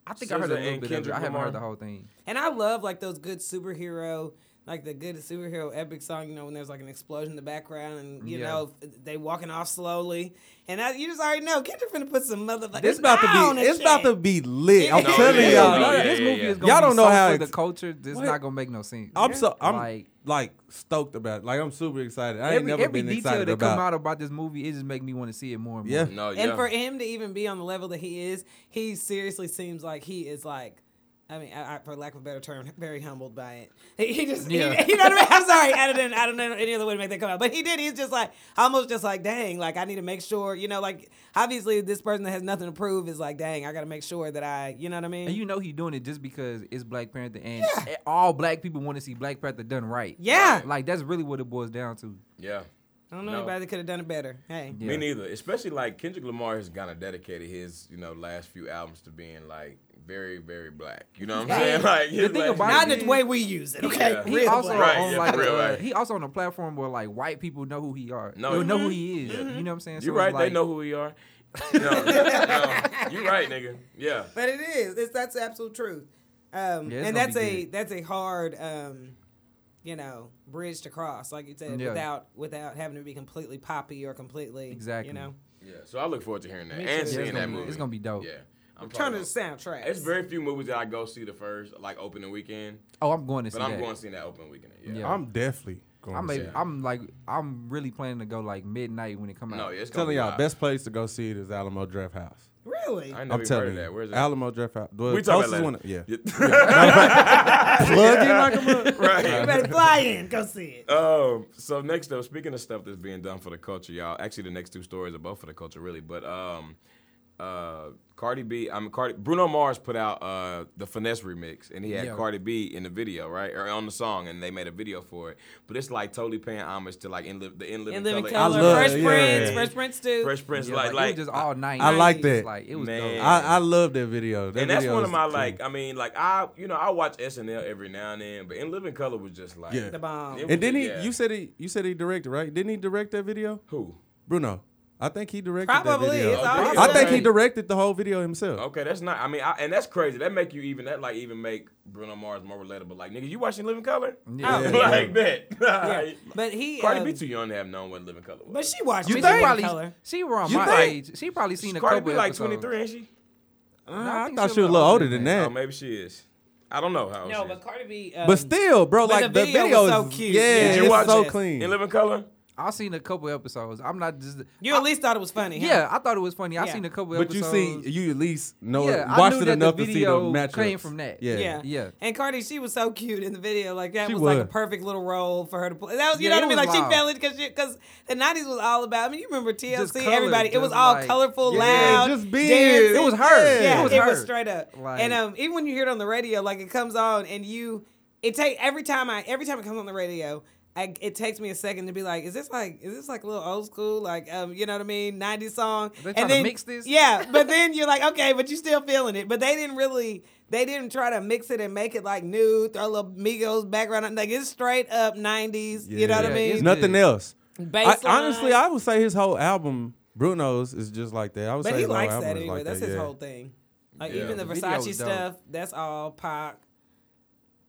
Speaker 1: I think I heard a
Speaker 4: SZA
Speaker 1: little
Speaker 4: and
Speaker 1: bit of it.
Speaker 4: Kendrick
Speaker 1: I haven't
Speaker 4: Lamar.
Speaker 1: heard the whole thing.
Speaker 2: And I love like those good superhero, like the good superhero epic song. You know when there's like an explosion in the background and you
Speaker 1: Yeah.
Speaker 2: know they walking off slowly, and I, you just already know Kendrick finna put some motherfucking.
Speaker 5: It's about
Speaker 2: smile
Speaker 5: to
Speaker 2: on
Speaker 5: be.
Speaker 2: his
Speaker 5: It's about
Speaker 2: shit.
Speaker 5: to be lit. I'm
Speaker 2: No,
Speaker 5: telling
Speaker 2: yeah,
Speaker 5: y'all.
Speaker 4: no, yeah,
Speaker 1: this
Speaker 4: yeah,
Speaker 1: movie
Speaker 4: yeah.
Speaker 1: is gonna
Speaker 5: Y'all
Speaker 1: be
Speaker 5: don't know
Speaker 1: so
Speaker 5: how
Speaker 1: for
Speaker 5: ex-
Speaker 1: the culture. It's
Speaker 5: What?
Speaker 1: not gonna make no sense.
Speaker 5: I'm so. I'm like,
Speaker 1: Like-
Speaker 5: stoked about. It. Like I'm super excited. I ain't
Speaker 1: every
Speaker 5: never
Speaker 1: every
Speaker 5: been
Speaker 1: detail
Speaker 5: excited
Speaker 1: that come out
Speaker 5: about.
Speaker 1: about this movie, it just make me want to see it more and
Speaker 5: Yeah.
Speaker 1: more.
Speaker 4: No, yeah.
Speaker 2: And for him to even be on the level that he is, he seriously seems like he is like. I mean, I, I, for lack of a better term, very humbled by it. He, he just, he-
Speaker 1: Yeah.
Speaker 2: you know what I mean? I'm sorry, I didn't, I don't know any other way to make that come out, but he did. He's just like, almost just like, dang, like I need to make sure, you know, like obviously this person that has nothing to prove is like, dang, I got to make sure that I, you know what I mean?
Speaker 1: And you know he doing it just because it's Black Panther, and eh, all black people want to see Black Panther done right.
Speaker 2: Yeah.
Speaker 1: like that's really what it boils down to.
Speaker 4: yeah.
Speaker 2: I don't know
Speaker 4: No.
Speaker 2: anybody that could have done it better. Hey,
Speaker 1: Yeah.
Speaker 4: Me neither. Especially like Kendrick Lamar has kind of dedicated his, you know, last few albums to being like very, very black. You know what I'm saying? Like
Speaker 1: The thing about
Speaker 2: not
Speaker 1: it
Speaker 2: in the way we use it, okay?
Speaker 4: Yeah.
Speaker 1: He
Speaker 2: Real
Speaker 1: also
Speaker 2: black.
Speaker 4: Right,
Speaker 1: on
Speaker 4: yeah,
Speaker 1: like
Speaker 4: for real,
Speaker 1: uh,
Speaker 4: right.
Speaker 1: he also on a platform where like white people know who he are.
Speaker 4: No,
Speaker 1: No, know
Speaker 4: mhm.
Speaker 1: who he is. You know what I'm saying? So
Speaker 4: You're
Speaker 1: it's
Speaker 4: right. they
Speaker 1: like-
Speaker 4: know who we are. No, no, you're right, nigga. Yeah.
Speaker 2: But it is. It's that's the absolute truth. Um,
Speaker 1: Yeah, it's
Speaker 2: and
Speaker 1: gonna
Speaker 2: that's
Speaker 1: be
Speaker 2: a
Speaker 1: good.
Speaker 2: that's a hard um, you know, bridge to cross, like you said,
Speaker 1: Yeah.
Speaker 2: without without having to be completely poppy or completely
Speaker 1: Exactly.
Speaker 2: You know.
Speaker 4: Yeah. So I look forward to hearing that
Speaker 2: Me too. Yeah,
Speaker 4: and
Speaker 2: it's
Speaker 4: seeing
Speaker 1: gonna
Speaker 4: that
Speaker 1: be-
Speaker 4: movie.
Speaker 1: it's gonna be dope.
Speaker 4: Yeah. I'm
Speaker 2: Turn to the
Speaker 4: probably-
Speaker 2: soundtrack.
Speaker 4: It's very few movies that I go see the first like opening weekend,
Speaker 1: Oh, I'm going to see
Speaker 4: but I'm
Speaker 1: that.
Speaker 4: going to see that opening weekend. Yeah.
Speaker 1: Yeah.
Speaker 5: I'm definitely. Going
Speaker 1: I
Speaker 5: to see
Speaker 1: may,
Speaker 5: it.
Speaker 1: I'm like I'm really planning to go like midnight when it come out.
Speaker 4: No, yeah, it's gonna
Speaker 5: telling
Speaker 4: be
Speaker 5: y'all,
Speaker 4: live.
Speaker 5: best place to go see it is Alamo Draft House.
Speaker 2: really.
Speaker 4: I ain't never
Speaker 5: I'm
Speaker 4: even
Speaker 5: telling
Speaker 4: heard of
Speaker 5: you,
Speaker 4: that. Where's that?
Speaker 5: Alamo Draft House. The
Speaker 4: we talk about
Speaker 5: closest
Speaker 4: that.
Speaker 5: one- Yeah,
Speaker 4: yeah.
Speaker 5: plugged in like a mother-
Speaker 4: right.
Speaker 2: You better fly in. Go see it.
Speaker 4: Um, so next up, speaking of stuff that's being done for the culture, y'all. Actually, the next two stories are both for the culture, really. But um, uh, Cardi B, I'm mean, Cardi. Bruno Mars put out uh the finesse remix, and he had
Speaker 1: Yeah.
Speaker 4: Cardi B in the video, right, or on the song, and they made a video for it. But it's like totally paying homage to like in, Liv- the in living,
Speaker 2: In living
Speaker 4: color,
Speaker 2: color,
Speaker 5: love
Speaker 2: Fresh
Speaker 5: it, yeah.
Speaker 2: Prince, Fresh Prince too.
Speaker 4: Fresh Prince,
Speaker 1: Yeah,
Speaker 4: like,
Speaker 1: it
Speaker 4: like
Speaker 1: was just all night.
Speaker 5: I like that.
Speaker 1: Like it was
Speaker 4: Man.
Speaker 1: dope.
Speaker 5: I, I love that video. That
Speaker 4: and that's
Speaker 5: video
Speaker 4: one of
Speaker 5: is
Speaker 4: my
Speaker 5: cool.
Speaker 4: like. I mean, like I, you know, I watch SNL every now and then, but in living color was just like
Speaker 5: Yeah.
Speaker 2: The bomb.
Speaker 4: It was-
Speaker 5: And didn't he?
Speaker 4: yeah.
Speaker 5: You said he. You said he directed, right? Didn't he direct that video,
Speaker 4: who?
Speaker 5: Bruno? I think he directed that
Speaker 2: Probably.
Speaker 5: video.
Speaker 2: It's
Speaker 4: Oh,
Speaker 2: all
Speaker 5: I think he
Speaker 4: Right.
Speaker 5: directed the whole video himself.
Speaker 4: Okay, that's not. I mean, I, and that's crazy. That make you even that like even make Bruno Mars more relatable. Like, nigga, you watching Living Color?
Speaker 1: Yeah.
Speaker 2: Oh,
Speaker 4: like that.
Speaker 2: Yeah. But he.
Speaker 4: Cardi
Speaker 2: um,
Speaker 4: B too young to have known what Living Color was.
Speaker 2: But she watched.
Speaker 1: I mean, she
Speaker 2: it in living
Speaker 1: probably
Speaker 2: color.
Speaker 1: she around
Speaker 5: You
Speaker 1: my
Speaker 5: think?
Speaker 1: age. She probably seen a
Speaker 4: Cardi
Speaker 1: couple
Speaker 4: B like
Speaker 1: episodes.
Speaker 4: twenty three, ain't she?
Speaker 5: Uh,
Speaker 1: I
Speaker 5: I
Speaker 1: think
Speaker 5: thought
Speaker 1: she
Speaker 5: she was a little older than
Speaker 4: Oh,
Speaker 5: that.
Speaker 4: maybe she is. I don't know how. old
Speaker 2: No,
Speaker 4: she
Speaker 2: but
Speaker 4: is.
Speaker 2: Cardi B. Um,
Speaker 5: But still, bro,
Speaker 2: But
Speaker 5: like
Speaker 2: the
Speaker 5: the
Speaker 2: video
Speaker 5: video,
Speaker 2: was so
Speaker 5: is-
Speaker 2: cute.
Speaker 5: Yeah,
Speaker 2: Did you
Speaker 5: it's
Speaker 2: watch
Speaker 5: so
Speaker 2: it?
Speaker 5: clean.
Speaker 4: in Living Color.
Speaker 1: I seen a couple episodes. I'm not just
Speaker 2: you at least thought it was funny. huh?
Speaker 1: yeah. I thought it was funny. I
Speaker 2: Yeah.
Speaker 1: seen a couple
Speaker 5: But you
Speaker 1: episodes.
Speaker 5: see, you at least know
Speaker 1: Yeah,
Speaker 5: it,
Speaker 1: I
Speaker 5: watched
Speaker 1: knew
Speaker 5: it
Speaker 1: that
Speaker 5: enough
Speaker 1: the
Speaker 5: to see the
Speaker 1: video
Speaker 5: matchup.
Speaker 1: came from that.
Speaker 5: Yeah.
Speaker 2: Yeah.
Speaker 1: Yeah.
Speaker 2: And Cardi, she was so cute in the video. Like that
Speaker 5: She
Speaker 2: was, like
Speaker 5: was.
Speaker 2: a perfect little role for her to play. That was, you
Speaker 1: Yeah, it
Speaker 2: know what I mean?
Speaker 1: was
Speaker 2: Like
Speaker 1: wild.
Speaker 2: she fell in because because the nineties was all about. I mean, you remember TLC?
Speaker 1: Just color,
Speaker 2: everybody, it was
Speaker 1: just
Speaker 2: all
Speaker 1: like-
Speaker 2: colorful,
Speaker 1: Yeah,
Speaker 2: loud,
Speaker 5: just big.
Speaker 2: dancing.
Speaker 1: It was her.
Speaker 2: Yeah,
Speaker 1: It was her.
Speaker 2: straight up.
Speaker 1: Like-
Speaker 2: and um, even when you hear it on the radio, like it comes on and you, it take every time I every time it comes on the radio. I, it takes me a second to be like, is this like, is this like a little old school, like, um, you know what I mean, '90s song?
Speaker 1: They
Speaker 2: And
Speaker 1: trying to
Speaker 2: then-
Speaker 1: mix this?
Speaker 2: Yeah, but then you're like, okay, but you still feeling it. But they didn't really, they didn't try to mix it and make it like new, throw a little Migos background. on- Like it's straight up '90s. You know what I
Speaker 1: Yeah,
Speaker 2: mean?
Speaker 1: it's
Speaker 5: Nothing
Speaker 1: Yeah.
Speaker 5: else. I,
Speaker 2: Baseline.
Speaker 5: honestly, I would say his whole album, Bruno's, is just like that. I would
Speaker 2: but
Speaker 5: say
Speaker 2: he
Speaker 5: his whole
Speaker 2: likes
Speaker 5: album
Speaker 2: that
Speaker 5: is
Speaker 2: anyway.
Speaker 5: like
Speaker 2: that's
Speaker 5: that,
Speaker 2: his
Speaker 5: yeah.
Speaker 2: whole thing. Like
Speaker 4: Yeah.
Speaker 2: even the
Speaker 1: The video
Speaker 2: Versace
Speaker 1: was dope.
Speaker 2: stuff, that's all Pac.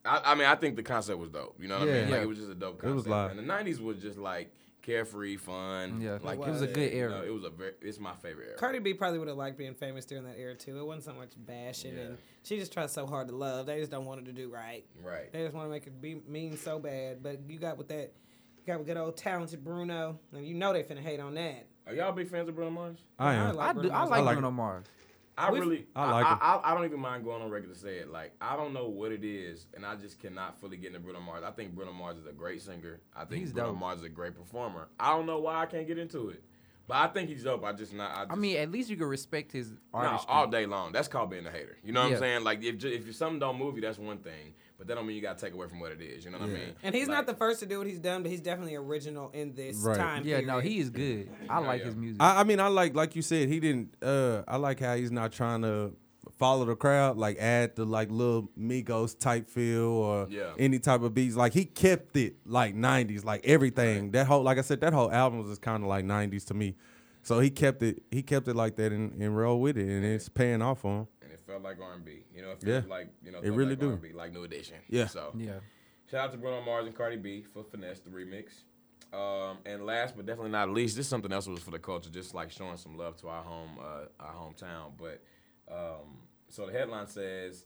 Speaker 4: I, I mean, I think the concept was dope. You know what I
Speaker 5: Yeah.
Speaker 4: mean? Like
Speaker 1: Yeah.
Speaker 4: it was just a dope
Speaker 5: It
Speaker 4: concept.
Speaker 5: was live.
Speaker 4: And the nineties was just like carefree, fun.
Speaker 1: Yeah,
Speaker 4: like
Speaker 1: it
Speaker 4: you
Speaker 1: was a
Speaker 4: said,
Speaker 1: good
Speaker 4: you
Speaker 1: era.
Speaker 4: know, it was a very. It's my favorite era.
Speaker 2: Cardi B probably would have liked being famous during that era too. It wasn't so much bashing,
Speaker 4: Yeah.
Speaker 2: and she just tried so hard to love. They just don't want her to do right.
Speaker 4: Right.
Speaker 2: They just want to make it be mean so bad. But you got with that, you got with good old talented Bruno, and you know they finna hate on that.
Speaker 4: Are y'all big fans of Bruno Mars?
Speaker 5: I am.
Speaker 1: I do.
Speaker 2: Bruno
Speaker 1: I
Speaker 2: Mars.
Speaker 1: like
Speaker 5: like
Speaker 1: Bruno Mars.
Speaker 4: I
Speaker 2: We've-
Speaker 4: really,
Speaker 5: I like
Speaker 4: I,
Speaker 5: him.
Speaker 4: I, I don't even mind going on record to say it. Like, I don't know what it is, and I just cannot fully get into Bruno Mars. I think Bruno Mars is a great singer. I think
Speaker 1: He's
Speaker 4: Bruno
Speaker 1: dope.
Speaker 4: Mars is a great performer. I don't know why I can't get into it, but I think he's dope. I just not. I, just,
Speaker 1: I mean, at least you can respect his
Speaker 4: no,
Speaker 1: artistry.
Speaker 4: all day long. That's called being a hater. You know what
Speaker 1: Yeah.
Speaker 4: I'm saying? Like, if ju- if something don't move you, that's one thing, but that don't mean you gotta take away from what it is. You know what I mean?
Speaker 2: And he's
Speaker 4: Like,
Speaker 2: not the first to do what he's done, but he's definitely original in this
Speaker 5: Right.
Speaker 2: time.
Speaker 1: Yeah, no,
Speaker 2: period.
Speaker 1: he is good. I like
Speaker 4: yeah.
Speaker 1: his music.
Speaker 5: I, I mean, I like like you said, he didn't. uh I like how he's not trying to follow the crowd, like add the like little Migos type feel or
Speaker 4: Yeah.
Speaker 5: any type of beats. Like he kept it like '90s, like everything. That whole, like I said, that whole album was just kind of like '90s to me. So he kept it, he kept it like that and, and rolled with it, and it's paying off for him.
Speaker 4: and it felt like R&B. You know, it feels
Speaker 5: Yeah.
Speaker 4: like you know,
Speaker 5: It
Speaker 4: felt
Speaker 5: really
Speaker 4: like
Speaker 5: do.
Speaker 4: R&B, like New Edition.
Speaker 5: Yeah.
Speaker 4: So
Speaker 1: yeah.
Speaker 4: Shout out to Bruno Mars and Cardi B for Finesse, the remix. Um, and last but definitely not least, this is something else that was for the culture, just like showing some love to our home, uh, our hometown. But um, so the headline says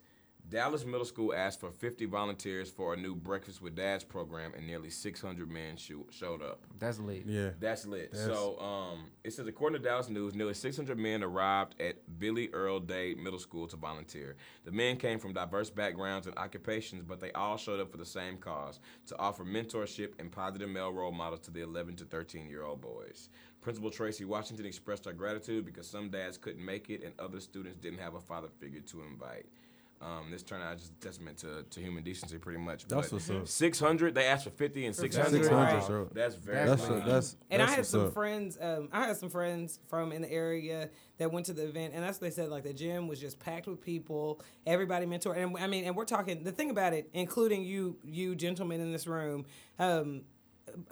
Speaker 4: Dallas Middle School asked for 50 volunteers for a new Breakfast with Dads program, and nearly 600 men sho- showed up.
Speaker 1: That's lit.
Speaker 5: Yeah,
Speaker 4: That's lit. so um, it says, according to Dallas News, nearly 600 men arrived at Billy Earl Day Middle School to volunteer. The men came from diverse backgrounds and occupations, but they all showed up for the same cause to offer mentorship and positive male role models to the 11 to 13 year old boys. Principal Tracy Washington expressed her gratitude because some dads couldn't make it and other students didn't have a father figure to invite. Um, this turned out just a testament to, to human decency, pretty much.
Speaker 5: That's
Speaker 4: But
Speaker 5: what's up.
Speaker 4: 600, they asked for 50 and 600.
Speaker 5: 600, bro.
Speaker 4: That's very
Speaker 5: that's
Speaker 4: low.
Speaker 5: a, that's.
Speaker 2: And I
Speaker 5: that's
Speaker 2: had
Speaker 5: what's
Speaker 2: some
Speaker 5: up.
Speaker 2: friends. Um, I had some friends from in the area that went to the event, and that's what they said. Like the gym was just packed with people. Everybody mentor, and I mean, and we're talking the thing about it, including you, you gentlemen in this room. Um,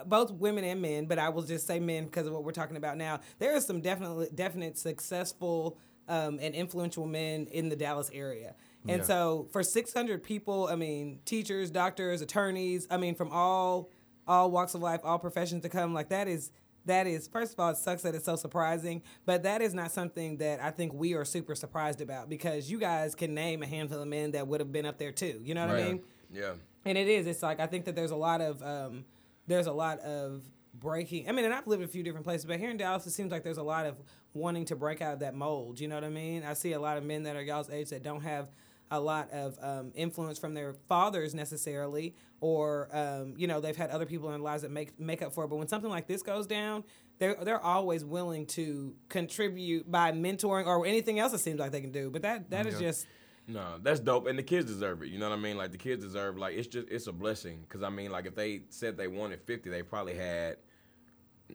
Speaker 2: both women and men, but I will just say men because of what we're talking about now. There are some definite, definite successful um, and influential men in the Dallas area. And so for 600 people, I mean, teachers, doctors, attorneys, I mean, from all all walks of life, all professions to come, like that is that is first of all, it sucks that it's so surprising, but that is not something that I think we are super surprised about because you guys can name a handful of men that would have been up there too. You know what I mean?
Speaker 4: Yeah.
Speaker 2: and it is it's like i think that there's a lot of um, there's a lot of breaking i mean and i've lived in a few different places but here in dallas it seems like there's a lot of wanting to break out of that mold you know what i mean i see a lot of men that are y'all's age that don't have a lot of um, influence from their fathers necessarily or um, you know they've had other people in their lives that make make up for it but when something like this goes down they're, they're always willing to contribute by mentoring or anything else it seems like they can do but that that is just
Speaker 4: No, that's dope, and the kids deserve it. You know what I mean? Like the kids deserve like it's just it's a blessing because I mean like if they said they wanted fifty, they probably had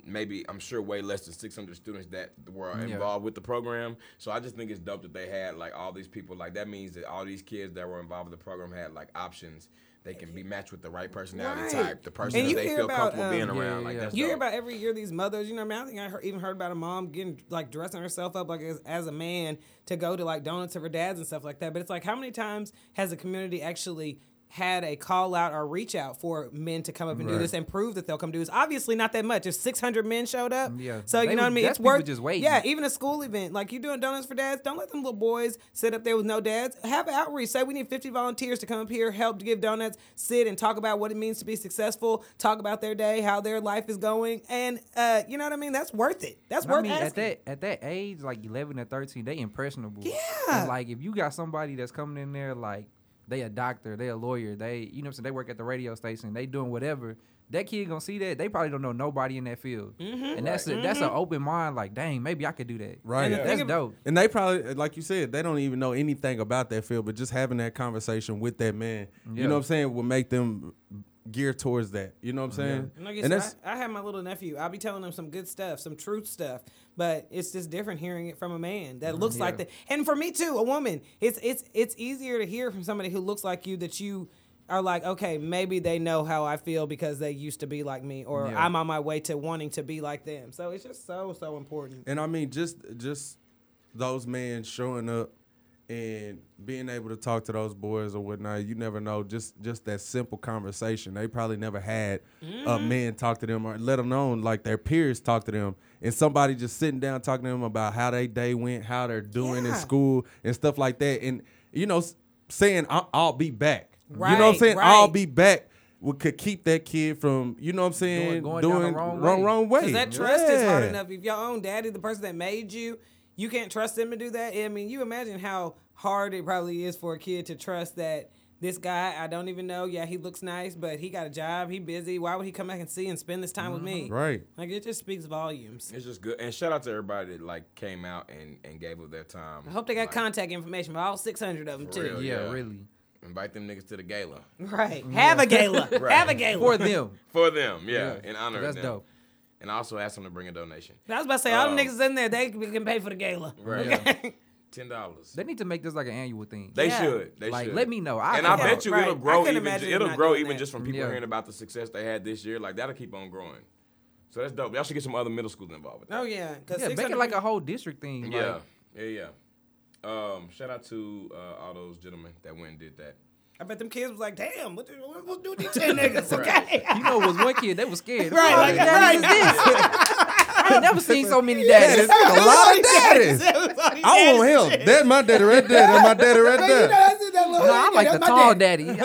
Speaker 4: maybe I'm sure way less than 600 students that were involved with the program. So I just think it's dope that they had like all these people. Like that means that all these kids that were involved with the program had like options. They can be matched with the right personality
Speaker 2: Right.
Speaker 4: type, the person
Speaker 2: And
Speaker 4: that
Speaker 2: you
Speaker 4: they
Speaker 2: hear
Speaker 4: feel
Speaker 2: about,
Speaker 4: comfortable
Speaker 2: um,
Speaker 4: being
Speaker 2: Yeah,
Speaker 4: around.
Speaker 1: yeah,
Speaker 4: Like
Speaker 1: yeah.
Speaker 4: that's
Speaker 2: You hear
Speaker 4: dope.
Speaker 2: about every year these mothers, you know, I, mean, I think I heard, even heard about a mom getting like dressing herself up like as, as a man to go to like donuts to her dad's and stuff like that. But it's like, how many times has the community actually had a call out or reach out for men to come up and do this and prove that they'll come do this? Obviously, not that much. If 600 men showed up,
Speaker 1: Yeah.
Speaker 2: So you
Speaker 1: They
Speaker 2: know what I
Speaker 1: was-
Speaker 2: mean?
Speaker 1: that's
Speaker 2: It's worth
Speaker 1: people just waiting.
Speaker 2: Yeah, even a school event like you doing donuts for dads. Don't let them little boys sit up there with no dads. Have outreach. Say we need 50 volunteers to come up here, help to give donuts, sit and talk about what it means to be successful, talk about their day, how their life is going, and uh, you know what I mean. That's worth it. That's
Speaker 1: I
Speaker 2: worth
Speaker 1: mean, at
Speaker 2: asking.
Speaker 1: that at that age, like eleven or thirteen, they impressionable. Yeah. like if you got somebody that's coming in there, like they a doctor, they a lawyer, they you know what I'm saying, they work at the radio station, they doing whatever. That kid gonna see that they probably don't know nobody in that field, and that's a, that's an open mind. Like, dang, maybe I could do that.
Speaker 2: Mm-hmm. And
Speaker 5: Right.
Speaker 2: the
Speaker 1: that's
Speaker 2: thing ab-
Speaker 1: dope.
Speaker 5: And they probably, like you said, they don't even know anything about that field, but just having that conversation with that man,
Speaker 1: Yeah.
Speaker 5: you know what I'm saying, will make them gear towards that. You know what I'm saying?
Speaker 2: And like I
Speaker 5: And
Speaker 2: said,
Speaker 5: that's
Speaker 2: I, I have my little nephew. I'll be telling him some good stuff, some truth stuff. But it's just different hearing it from a man that looks like
Speaker 1: Yeah.
Speaker 2: that. And for me too, a woman, it's it's it's easier to hear from somebody who looks like you that you are like, okay, maybe they know how I feel because they used to be like me, or
Speaker 1: Yeah.
Speaker 2: I'm on my way to wanting to be like them. So it's just so so important.
Speaker 5: and I mean just just those men showing up and being able to talk to those boys or whatnot, you never know. Just just that simple conversation they probably never had a
Speaker 2: Mm-hmm.
Speaker 5: man talk to them or let them know like their peers talk to them, and somebody just sitting down talking to them about how they day went, how they're doing
Speaker 2: Yeah.
Speaker 5: in school and stuff like that, and you know s- saying I'll, I'll be back. you know what I'm
Speaker 2: Right,
Speaker 5: saying? I'll
Speaker 2: right.
Speaker 5: be back. We could keep that kid from you know what I'm saying
Speaker 1: Going- going down
Speaker 5: doing
Speaker 1: the wrong
Speaker 5: wrong,
Speaker 1: way.
Speaker 5: wrong way.
Speaker 2: Because that trust is hard
Speaker 5: Yeah.
Speaker 2: enough. If your own daddy, the person that made you, you can't trust them to do that. I mean, you imagine how hard it probably is for a kid to trust that this guy I don't even know. Yeah, he looks nice, but he got a job. He busy. Why would he come back and see and spend this time with me?
Speaker 1: Mm-hmm.
Speaker 5: Right.
Speaker 2: Like it just speaks volumes.
Speaker 4: It's just good. And shout out to everybody that like came out and, and gave up their time.
Speaker 2: I hope they got
Speaker 4: like,
Speaker 2: contact information for all six hundred of them
Speaker 4: For
Speaker 2: too.
Speaker 4: real.
Speaker 1: yeah,
Speaker 4: yeah.
Speaker 1: really.
Speaker 4: Invite them niggas to the gala
Speaker 2: Right. Have a gala. Have a gala.
Speaker 1: Mm-hmm. For them.
Speaker 4: for them. Yeah, in honor
Speaker 1: That's
Speaker 4: of them.
Speaker 1: dope.
Speaker 4: And also ask them to bring a donation.
Speaker 2: I was about to say
Speaker 1: Oh.
Speaker 2: all the
Speaker 4: Um,
Speaker 2: niggas in there, they can pay for the gala.
Speaker 4: Right.
Speaker 2: Okay.
Speaker 4: Ten dollars.
Speaker 1: They need to make this like an annual thing.
Speaker 4: They
Speaker 2: Yeah.
Speaker 4: should. They
Speaker 1: like,
Speaker 4: should.
Speaker 1: let me know. I
Speaker 4: and
Speaker 1: can
Speaker 4: I
Speaker 1: help.
Speaker 4: bet you
Speaker 2: Right.
Speaker 4: it'll
Speaker 2: I
Speaker 4: grow
Speaker 2: couldn't
Speaker 4: even.
Speaker 2: imagine
Speaker 4: It'll
Speaker 2: not
Speaker 4: grow
Speaker 2: doing
Speaker 4: even
Speaker 2: that.
Speaker 4: just from people
Speaker 1: Yeah.
Speaker 4: hearing about the success they had this year. Like that'll keep on growing. So that's dope. Y'all should get some other middle schools involved with that.
Speaker 2: Oh yeah. 'cause
Speaker 1: Yeah, make
Speaker 2: 600
Speaker 1: it like a whole district thing.
Speaker 4: Yeah,
Speaker 1: Like,
Speaker 4: yeah, yeah. Um, shout out to uh, all those gentlemen that went and did that.
Speaker 2: I bet them kids was like, damn, what the, what, what do these ten niggas? Okay.
Speaker 1: you know, it was one kid they was scared.
Speaker 2: Right,
Speaker 1: What
Speaker 2: like,
Speaker 1: kind of daddy is this? I ain't never seen so many daddies.
Speaker 5: There's a lot of daddies. I want him. That's my daddy right there. That's my daddy right there.
Speaker 1: No, I like the tall daddy.
Speaker 5: I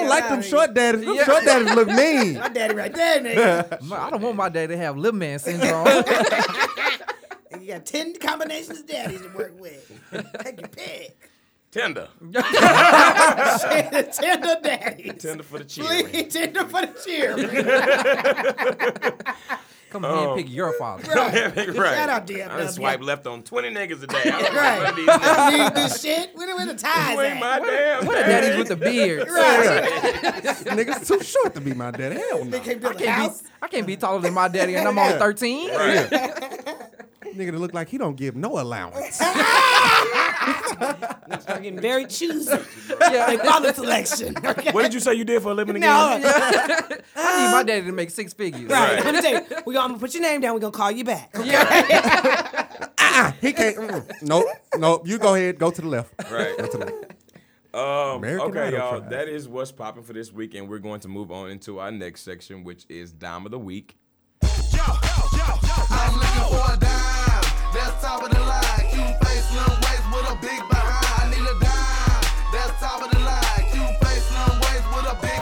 Speaker 5: don't like them short daddies. Them short daddies look mean.
Speaker 2: daddy right there, nigga.
Speaker 1: My- I don't want my daddy to have little man syndrome.
Speaker 2: you got ten combinations of daddies to work with. Take your pick.
Speaker 4: Tender,
Speaker 2: Tender daddies.
Speaker 4: tender for the cheer.
Speaker 2: Tender for the cheer.
Speaker 1: Come here and pick
Speaker 4: Oh.
Speaker 1: your father.
Speaker 4: right.
Speaker 2: Shout out
Speaker 4: I done
Speaker 2: DFW.
Speaker 4: swipe left on twenty niggas a day. I don't
Speaker 2: Right.
Speaker 4: know none of these niggas.
Speaker 2: Need this shit. Where, the- where the ties
Speaker 4: You ain't
Speaker 2: at?
Speaker 4: my damn
Speaker 1: What the
Speaker 4: daddy.
Speaker 1: daddies with the beard?
Speaker 5: Niggas too short to be my daddy. Hell no.
Speaker 2: They came to the
Speaker 1: Can't
Speaker 2: house.
Speaker 1: be, I can't be taller than my daddy, and I'm on 13.
Speaker 4: Right.
Speaker 5: Nigga that look like he don't give no allowance.
Speaker 2: They're getting very choosy.
Speaker 1: Yeah.
Speaker 2: They follow selection. Okay.
Speaker 4: What did you say you did for a living again?
Speaker 2: No,
Speaker 1: I need my daddy to make six figures.
Speaker 2: right.
Speaker 4: Right.
Speaker 2: Let me tell you, we gonna, I'm gonna put your name down. We're gonna call you back.
Speaker 5: He can't. mm, Nope. Nope. You go ahead. Go to the left.
Speaker 4: Right.
Speaker 5: Go to the left.
Speaker 4: Um,
Speaker 5: American
Speaker 4: okay,
Speaker 5: Idol
Speaker 4: y'all.
Speaker 5: prize.
Speaker 4: That is what's popping for this week, and we're going to move on into our next section, which is Dime of the Week.
Speaker 6: I'm looking for a dime. That's top of the line. Cute face, slim waist with a big behind. I need a dime. That's top of the line. Cute face, slim waist with a big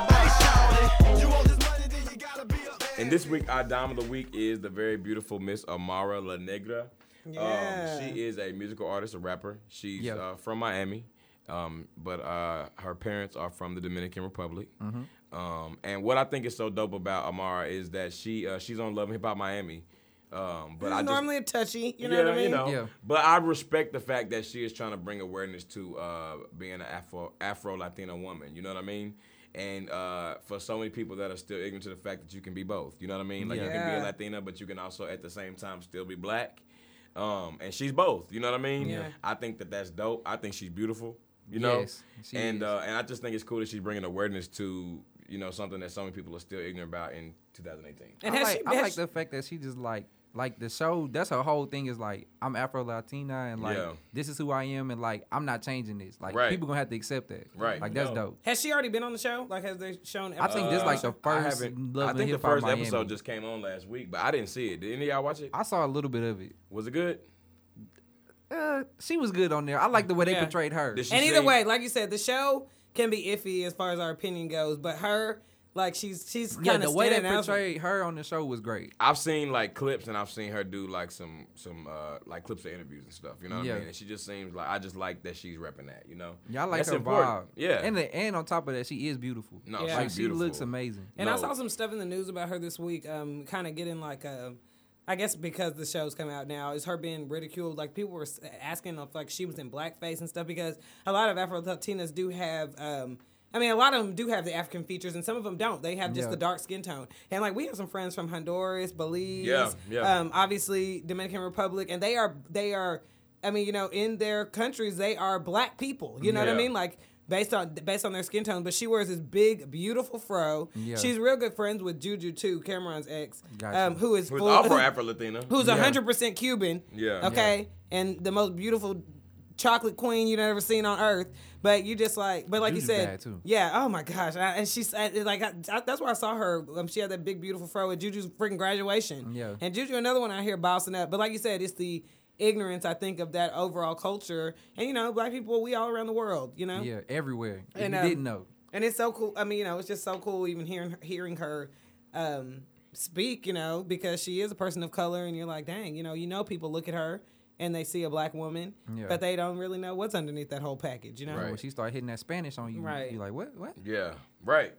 Speaker 6: behind. You want this money, then you gotta be a
Speaker 4: And this week, our Dime of the Week is the very beautiful Miss Amara La Negra.
Speaker 2: Yeah.
Speaker 4: Um, she is a musical artist, a rapper. She's
Speaker 1: Yeah.
Speaker 4: uh, from Miami, um, but uh, her parents are from the Dominican Republic. Um, and what I think is so dope about Amara is that she uh, she's on Love and Hip Hop Miami. Um, but I just,
Speaker 2: normally a touchy. You know
Speaker 4: yeah,
Speaker 2: what I mean?
Speaker 4: You know.
Speaker 1: Yeah.
Speaker 4: But I respect the fact that she is trying to bring awareness to uh, being an Afro Afro Latina woman. You know what I mean? And uh, for so many people that are still ignorant to the fact that you can be both. You know what I mean? Like you can be
Speaker 2: Yeah.
Speaker 4: a Latina, but you can also at the same time still be black. Um, and she's both. You know what I mean?
Speaker 2: Yeah.
Speaker 4: I think that that's dope. I think she's beautiful. You know.
Speaker 1: Yes, she
Speaker 4: and
Speaker 1: is.
Speaker 4: Uh, and I just think it's cool that she's bringing awareness to you know something that so many people are still ignorant about in 2018.
Speaker 2: And
Speaker 1: I
Speaker 2: has
Speaker 1: like,
Speaker 2: she,
Speaker 1: I
Speaker 2: has
Speaker 1: like
Speaker 2: she-
Speaker 1: the fact that she just like like the show. That's her whole thing is like I'm Afro Latina and like
Speaker 4: Yeah.
Speaker 1: this is who I am and like I'm not changing this. Like
Speaker 4: Right.
Speaker 1: people gonna have to accept that.
Speaker 4: Right.
Speaker 1: Like that's
Speaker 4: No.
Speaker 1: dope.
Speaker 2: Has she already been on the show? Like, has they shown?
Speaker 1: I think this
Speaker 2: episodes?
Speaker 1: like the
Speaker 4: Uh, I
Speaker 1: first.
Speaker 4: haven't.
Speaker 1: Love
Speaker 4: I
Speaker 1: and
Speaker 4: think the
Speaker 1: Hip Hop
Speaker 4: first
Speaker 1: Miami.
Speaker 4: episode just came on last week, but I didn't see it. Did any of y'all watch it?
Speaker 1: I saw a little bit of it.
Speaker 4: Was it good?
Speaker 1: Uh, she was good on there. I like the way they
Speaker 2: Yeah.
Speaker 1: portrayed her.
Speaker 4: Did she
Speaker 2: And either
Speaker 4: sing?
Speaker 2: way, like you said, the show can be iffy as far as our opinion goes. But her, like, she's she's kind
Speaker 1: yeah,
Speaker 2: of
Speaker 1: the way they
Speaker 2: out.
Speaker 1: portrayed her on the show was great.
Speaker 4: I've seen like clips and I've seen her do like some some uh like clips of interviews and stuff. You know what
Speaker 1: Yeah.
Speaker 4: I mean? And she just seems like I just like that she's repping that. You know?
Speaker 1: Yeah, I like
Speaker 4: That's
Speaker 1: her
Speaker 4: important.
Speaker 1: vibe.
Speaker 4: Yeah.
Speaker 1: and the, and on top of that, she is beautiful.
Speaker 4: no,
Speaker 2: Yeah.
Speaker 1: like
Speaker 4: she's
Speaker 1: she
Speaker 4: beautiful.
Speaker 1: looks amazing.
Speaker 2: And I
Speaker 4: No.
Speaker 2: saw some stuff in the news about her this week. Um, kind of getting like a, I guess because the show's come out now, is her being ridiculed. Like people were s- asking if like she was in blackface and stuff because a lot of Afro Latinas do have. Um, I mean, a lot of them do have the African features, and some of them don't. They have just
Speaker 1: Yeah.
Speaker 2: the dark skin tone. And like we have some friends from Honduras, Belize,
Speaker 4: Yeah, yeah.
Speaker 2: Um, obviously Dominican Republic, and they are they are. I mean, you know, in their countries, they are black people. You know what I
Speaker 4: Yeah.
Speaker 2: mean? Like based on based on their skin tone. But she wears this big, beautiful fro.
Speaker 1: Yeah.
Speaker 2: She's real good friends with Juju too, Cameron's ex,
Speaker 1: Gotcha.
Speaker 2: um, who is
Speaker 4: Who's
Speaker 2: full-
Speaker 4: all for Afro Latina?
Speaker 2: who's hundred percent Cuban.
Speaker 4: Yeah.
Speaker 2: Okay, and the most beautiful chocolate queen you never seen on earth. But you just like, but like you
Speaker 1: Juju's
Speaker 2: said,
Speaker 1: bad, too.
Speaker 2: yeah. Oh my gosh, I, and she's I, like, I, I- that's where I saw her. Um, she had that big beautiful fro at Juju's freaking graduation.
Speaker 1: Yeah.
Speaker 2: and Juju another one out here bossing up. But like you said, it's the ignorance I think of that overall culture, and you know, black people, we all around the world, you know.
Speaker 1: Yeah, everywhere. If
Speaker 2: And,
Speaker 1: you
Speaker 2: um,
Speaker 1: didn't know.
Speaker 2: And it's so cool. I mean, you know, it's just so cool even hearing hearing her um, speak. You know, because she is a person of color, and you're like, dang, you know, you know, people look at her and they see a black woman,
Speaker 1: Yeah.
Speaker 2: but they don't really know what's underneath that whole package. You know,
Speaker 4: Right.
Speaker 1: When she started hitting that Spanish on you,
Speaker 2: Right.
Speaker 1: you're like, what? What?
Speaker 4: Yeah, right.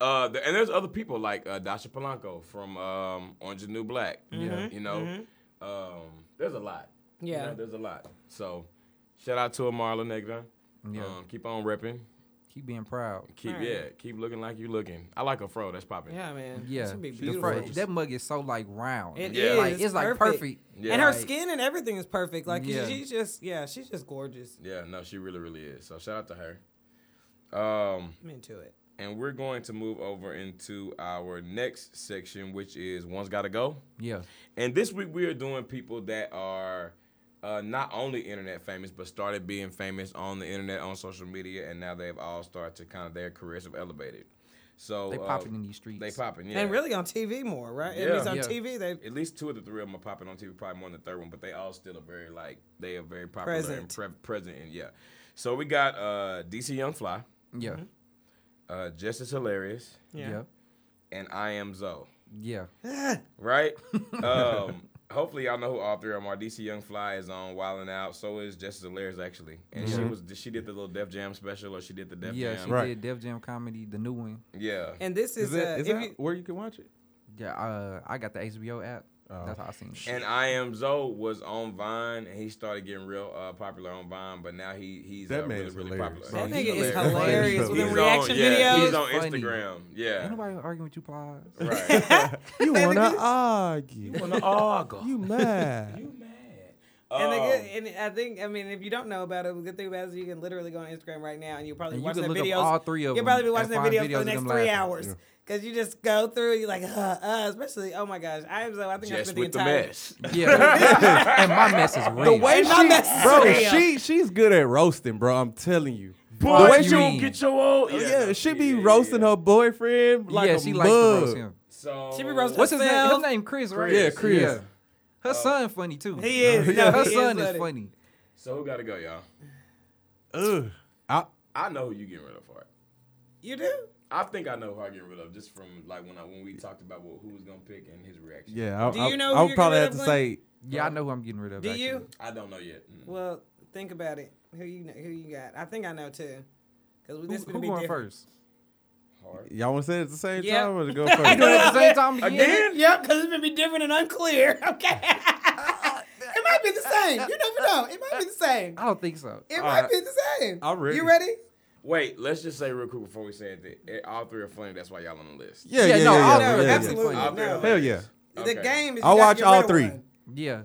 Speaker 4: Uh, th- and there's other people like uh, Dasha Polanco from um, Orange is the New Black. Yeah, you know, um, there's a lot. You
Speaker 2: Yeah.
Speaker 4: know, there's a lot. So, shout out to Marla Negra.
Speaker 1: Yeah.
Speaker 4: Um, keep on repping.
Speaker 1: Keep being proud.
Speaker 4: Keep
Speaker 2: Alright.
Speaker 4: yeah. Keep looking like you looking. I like a fro. That's popping.
Speaker 2: yeah, man,
Speaker 1: Yeah.
Speaker 2: she'd be
Speaker 1: The
Speaker 2: beautiful.
Speaker 1: fro- that mug is so like round.
Speaker 2: It
Speaker 4: Yeah.
Speaker 2: is.
Speaker 4: Like,
Speaker 1: it's, like, perfect.
Speaker 4: Yeah.
Speaker 2: and her
Speaker 1: Like-
Speaker 2: skin and everything is perfect. Like
Speaker 1: Yeah.
Speaker 2: she's just, yeah, she's just gorgeous.
Speaker 4: Yeah. No, she really, really is. So shout out to her. Um,
Speaker 2: I'm into it.
Speaker 4: and we're going to move over into our next section, which is one's got to go.
Speaker 1: Yeah.
Speaker 4: And this week we are doing people that are uh, not only internet famous, but started being famous on the internet, on social media, and now they've all started to kind of their careers have elevated. So
Speaker 1: They
Speaker 4: uh,
Speaker 1: popping in these streets.
Speaker 4: They popping, yeah.
Speaker 2: And really on TV more, right? At
Speaker 4: Yeah.
Speaker 2: least on
Speaker 1: Yeah.
Speaker 2: TV, they
Speaker 4: at least two of the three of them are popping on TV, probably more than the third one, but they all still are very like they are very popular and
Speaker 2: Present.
Speaker 4: pre- present and yeah. So we got uh, DC Young Fly,
Speaker 1: Yeah.
Speaker 2: Mm-hmm.
Speaker 4: uh, Justice Hilarious,
Speaker 1: Yeah.
Speaker 4: and I Am Zoe.
Speaker 1: Yeah.
Speaker 4: right? um, hopefully, y'all know who all three of them are. DC Young Fly is on Wildin' Out. So is Jessica Lairs actually, and she
Speaker 5: Mm-hmm.
Speaker 4: was she did the little Def Jam special, or she did the Def
Speaker 1: Yeah,
Speaker 4: Jam.
Speaker 1: she
Speaker 5: Right.
Speaker 1: did Def Jam comedy, the new one.
Speaker 4: Yeah, and,
Speaker 2: and this is,
Speaker 5: Is that,
Speaker 2: uh,
Speaker 5: is
Speaker 2: if
Speaker 5: that
Speaker 2: you-
Speaker 5: where you can watch it?
Speaker 1: Yeah, uh, I got the HBO app. That's how I seen it.
Speaker 4: I Am Zoe was on Vine, and he started getting real uh, popular on Vine, but now he he's
Speaker 5: That
Speaker 4: uh,
Speaker 5: man
Speaker 4: really
Speaker 5: is
Speaker 4: really
Speaker 5: hilarious,
Speaker 4: popular.
Speaker 5: bro.
Speaker 2: that
Speaker 5: He's
Speaker 2: nigga is
Speaker 5: hilarious.
Speaker 2: hilarious with
Speaker 5: He's
Speaker 2: them
Speaker 5: on-
Speaker 2: reaction
Speaker 4: yeah,
Speaker 2: videos.
Speaker 4: He's on
Speaker 1: funny.
Speaker 4: Instagram.
Speaker 1: Ain't
Speaker 4: Yeah,
Speaker 1: nobody arguing with you, Plies.
Speaker 4: right.
Speaker 5: You wanna argue?
Speaker 4: oh,
Speaker 5: You mad?
Speaker 4: You mad?
Speaker 2: And, the
Speaker 4: Um,
Speaker 2: good, and I think, I mean, if you don't know about it, the good thing about it is you can literally go on Instagram right now and you'll probably
Speaker 1: And you
Speaker 2: watch
Speaker 1: can
Speaker 2: the
Speaker 1: look up
Speaker 2: videos.
Speaker 1: all three of
Speaker 2: You'll
Speaker 1: them
Speaker 2: probably be
Speaker 1: and
Speaker 2: watching that
Speaker 1: find
Speaker 2: video for
Speaker 1: videos
Speaker 2: the
Speaker 1: of
Speaker 2: next
Speaker 1: them
Speaker 2: three
Speaker 1: laughing.
Speaker 2: hours. Because you just go through, you're like, uh, uh, especially, oh my gosh, I am so, I think I
Speaker 4: Just
Speaker 2: spent the
Speaker 4: with the
Speaker 2: entire.
Speaker 4: mess.
Speaker 1: Yeah. and my mess is real.
Speaker 2: And not
Speaker 5: bro,
Speaker 2: necessarily-
Speaker 5: she she's good at roasting, bro. I'm telling you.
Speaker 4: Boy,
Speaker 5: the way
Speaker 1: you
Speaker 5: she
Speaker 1: mean?
Speaker 5: get
Speaker 4: your old.
Speaker 5: Oh, yeah, she be
Speaker 4: Oh, yeah, yeah,
Speaker 5: roasting
Speaker 4: yeah.
Speaker 5: her boyfriend like
Speaker 1: yeah,
Speaker 5: a
Speaker 1: she
Speaker 5: mug.
Speaker 1: likes to roast him.
Speaker 4: So
Speaker 2: She be roasting
Speaker 1: What's his name?
Speaker 2: herself.
Speaker 1: His name Chris, right?
Speaker 4: Chris. Yeah,
Speaker 5: Chris.
Speaker 1: Yeah. Her son funny too.
Speaker 2: He is. No,
Speaker 1: Yeah, her
Speaker 2: he
Speaker 1: son
Speaker 2: is
Speaker 1: is
Speaker 2: funny.
Speaker 1: funny.
Speaker 4: So who gotta go, y'all?
Speaker 5: Ugh. I,
Speaker 4: I know who you getting rid of for it.
Speaker 2: You do?
Speaker 4: I think I know who I get rid of just from like when I when we talked about what, who was gonna pick and his reaction.
Speaker 5: yeah, I,
Speaker 2: Do
Speaker 5: I-
Speaker 2: you know
Speaker 5: I,
Speaker 2: who
Speaker 5: would
Speaker 2: you're
Speaker 5: probably
Speaker 2: gonna
Speaker 5: have to
Speaker 2: blame?
Speaker 5: say
Speaker 1: Yeah, I know who I'm getting rid of.
Speaker 2: Uh-huh. Do
Speaker 1: actually.
Speaker 2: you?
Speaker 4: I don't know yet. Mm.
Speaker 2: Well, think about it. Who you know, who you got? I think I know too. Because
Speaker 1: Who,
Speaker 2: this
Speaker 1: who
Speaker 2: going be
Speaker 1: going
Speaker 2: different.
Speaker 1: first?
Speaker 4: Hard.
Speaker 5: y'all want to say it at the same
Speaker 2: Yeah.
Speaker 5: time or to go
Speaker 1: Do it
Speaker 5: first?
Speaker 1: at the same time again?
Speaker 2: Yep, because it's gonna be different and unclear. Okay. it might be the same. You never know. It might be the same.
Speaker 1: I don't think so.
Speaker 2: It
Speaker 5: All
Speaker 2: might
Speaker 5: right.
Speaker 2: be the same.
Speaker 5: I'm ready.
Speaker 2: You ready?
Speaker 4: Wait, let's just say real quick before we say it that eh, all three are funny. That's why y'all on the list.
Speaker 5: Yeah, yeah,
Speaker 1: Yeah,
Speaker 5: yeah,
Speaker 1: no,
Speaker 5: yeah,
Speaker 1: I'll
Speaker 5: yeah,
Speaker 1: do it.
Speaker 5: yeah, yeah.
Speaker 2: Absolutely.
Speaker 4: All three
Speaker 2: No.
Speaker 4: are
Speaker 5: Hell
Speaker 4: hilarious.
Speaker 2: The
Speaker 4: Okay.
Speaker 2: game is.
Speaker 5: I'll
Speaker 2: you gotta
Speaker 5: watch
Speaker 2: get
Speaker 5: all
Speaker 2: rid of
Speaker 5: three.
Speaker 2: one.
Speaker 1: Yeah.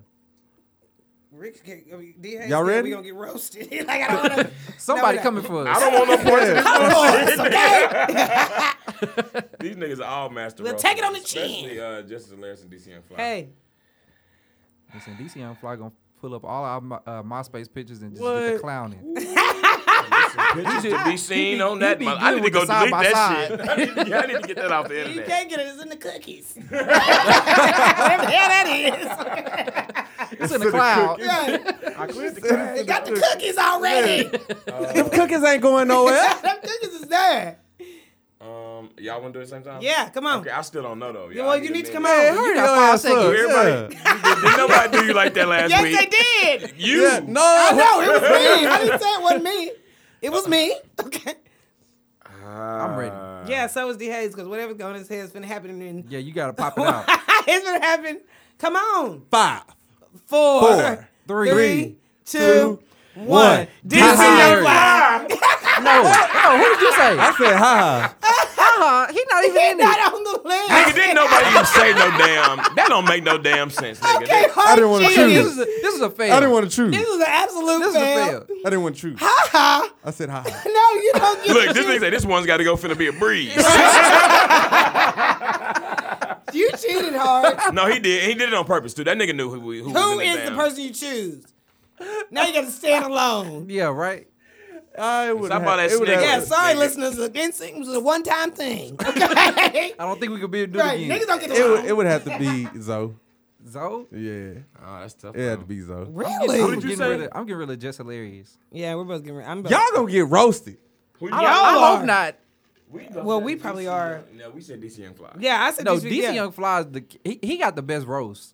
Speaker 2: Rick, can- I mean, D. Hayes
Speaker 5: Y'all
Speaker 2: said
Speaker 5: ready?
Speaker 2: We gonna get roasted. like I don't wanna.
Speaker 1: Somebody
Speaker 2: no.
Speaker 1: coming for us.
Speaker 4: I don't want no points. in this
Speaker 5: Yeah.
Speaker 4: bullshit. These niggas are all master.
Speaker 2: Well,
Speaker 4: roasters,
Speaker 2: take it on the chin.
Speaker 4: Especially uh, Justice Hilarious and DC and Fly.
Speaker 2: hey,
Speaker 1: Listen, DC Young Fly gonna pull up all our my- uh, MySpace pictures and just get the
Speaker 5: What?
Speaker 1: clowning.
Speaker 4: Pictures to be seen on
Speaker 1: he
Speaker 4: that.
Speaker 1: be
Speaker 4: mother- I
Speaker 1: good
Speaker 4: need to
Speaker 1: with
Speaker 4: go
Speaker 1: the side
Speaker 4: delete
Speaker 1: by
Speaker 4: that
Speaker 1: side.
Speaker 4: shit. I need, to- I need to get that off the
Speaker 2: you
Speaker 4: internet.
Speaker 2: can't get it. It's in the cookies. Whatever the hell that is.
Speaker 1: It's in the cloud.
Speaker 4: I quit the crack.
Speaker 2: They got the cookies already.
Speaker 5: Them cookies ain't going nowhere.
Speaker 2: Them cookies is there.
Speaker 4: Um, y'all want to do it at the same time?
Speaker 2: Yeah, come on.
Speaker 4: Okay, I still don't know though.
Speaker 2: Yeah,
Speaker 4: y'all.
Speaker 2: well,
Speaker 4: I
Speaker 2: you
Speaker 4: a
Speaker 2: need to come
Speaker 4: minute.
Speaker 5: Hey,
Speaker 2: on.
Speaker 1: You
Speaker 5: hurry
Speaker 1: got
Speaker 5: your
Speaker 1: five
Speaker 5: ass
Speaker 1: seconds.
Speaker 5: up.
Speaker 4: Everybody- Did nobody do you like that last
Speaker 2: Yes,
Speaker 4: week?
Speaker 2: they did.
Speaker 4: You.
Speaker 5: Yeah. No, I
Speaker 2: No, it was me. I didn't say it wasn't me. It was me. Okay.
Speaker 1: I'm ready.
Speaker 2: Yeah, so is D Hayes because whatever's going on in his head has been happening. In,
Speaker 1: Yeah, you gotta pop it out.
Speaker 2: it's been happening. Come on.
Speaker 5: Five.
Speaker 2: Four,
Speaker 5: Four,
Speaker 1: three,
Speaker 2: three, two,
Speaker 5: two,
Speaker 2: one.
Speaker 5: one.
Speaker 2: Did
Speaker 5: Hi.
Speaker 2: you see your
Speaker 1: No, no, who did you say?
Speaker 5: I said hi.
Speaker 1: Uh-huh. He not even
Speaker 2: He's
Speaker 1: in it.
Speaker 2: not on the list.
Speaker 4: Nigga, didn't nobody even say no damn. That don't make no damn sense, nigga.
Speaker 2: Okay,
Speaker 4: That-
Speaker 2: hard
Speaker 5: I didn't wanna
Speaker 2: shit.
Speaker 5: choose.
Speaker 1: This is a, this is a fail.
Speaker 5: I didn't want to choose.
Speaker 2: This was an absolute
Speaker 1: This is a
Speaker 2: fail.
Speaker 1: fail.
Speaker 5: I didn't want to choose.
Speaker 2: Ha-ha.
Speaker 5: I said hi.
Speaker 2: No, you don't get
Speaker 4: Look,
Speaker 2: to
Speaker 4: this nigga
Speaker 2: choose.
Speaker 4: said this one's got to go finna be a breeze.
Speaker 2: You cheated hard.
Speaker 4: no, he did. and He did it on purpose too. That nigga knew who, who was
Speaker 2: Who
Speaker 4: in that
Speaker 2: is the
Speaker 4: damn-
Speaker 2: person you choose? Now you got to stand alone.
Speaker 1: Yeah, right.
Speaker 5: I would.
Speaker 4: Somebody
Speaker 5: have- it would
Speaker 4: snake.
Speaker 5: have-
Speaker 2: Yeah,
Speaker 4: Yes.
Speaker 2: sorry, listeners. Against it was a one-time thing.
Speaker 1: I
Speaker 2: Okay,
Speaker 1: don't think we could be able to do
Speaker 2: right?
Speaker 1: it again.
Speaker 2: Niggas don't get
Speaker 5: It would,
Speaker 2: along.
Speaker 5: it would have to be Zoe.
Speaker 1: Zoe?
Speaker 5: Yeah,
Speaker 4: Oh, that's tough.
Speaker 5: it had to
Speaker 4: though.
Speaker 5: be Zoe.
Speaker 1: I'm
Speaker 2: really?
Speaker 4: did you
Speaker 1: getting
Speaker 4: say?
Speaker 1: rid of- I'm getting rid of Jess Hilarious.
Speaker 2: Yeah, we're both getting. Re- I'm about-
Speaker 5: Y'all gonna get roasted.
Speaker 4: Who you
Speaker 1: I,
Speaker 4: got?
Speaker 1: don't- I
Speaker 2: Y'all
Speaker 1: hope
Speaker 2: are.
Speaker 1: not.
Speaker 4: We done
Speaker 2: Well,
Speaker 4: said
Speaker 2: we probably
Speaker 4: DC
Speaker 2: are.
Speaker 4: Young- No, we said DC Young Fly.
Speaker 2: Yeah, I said
Speaker 1: No,
Speaker 2: these-
Speaker 1: DC
Speaker 2: yeah.
Speaker 1: Young Fly's the he, he got the best roast.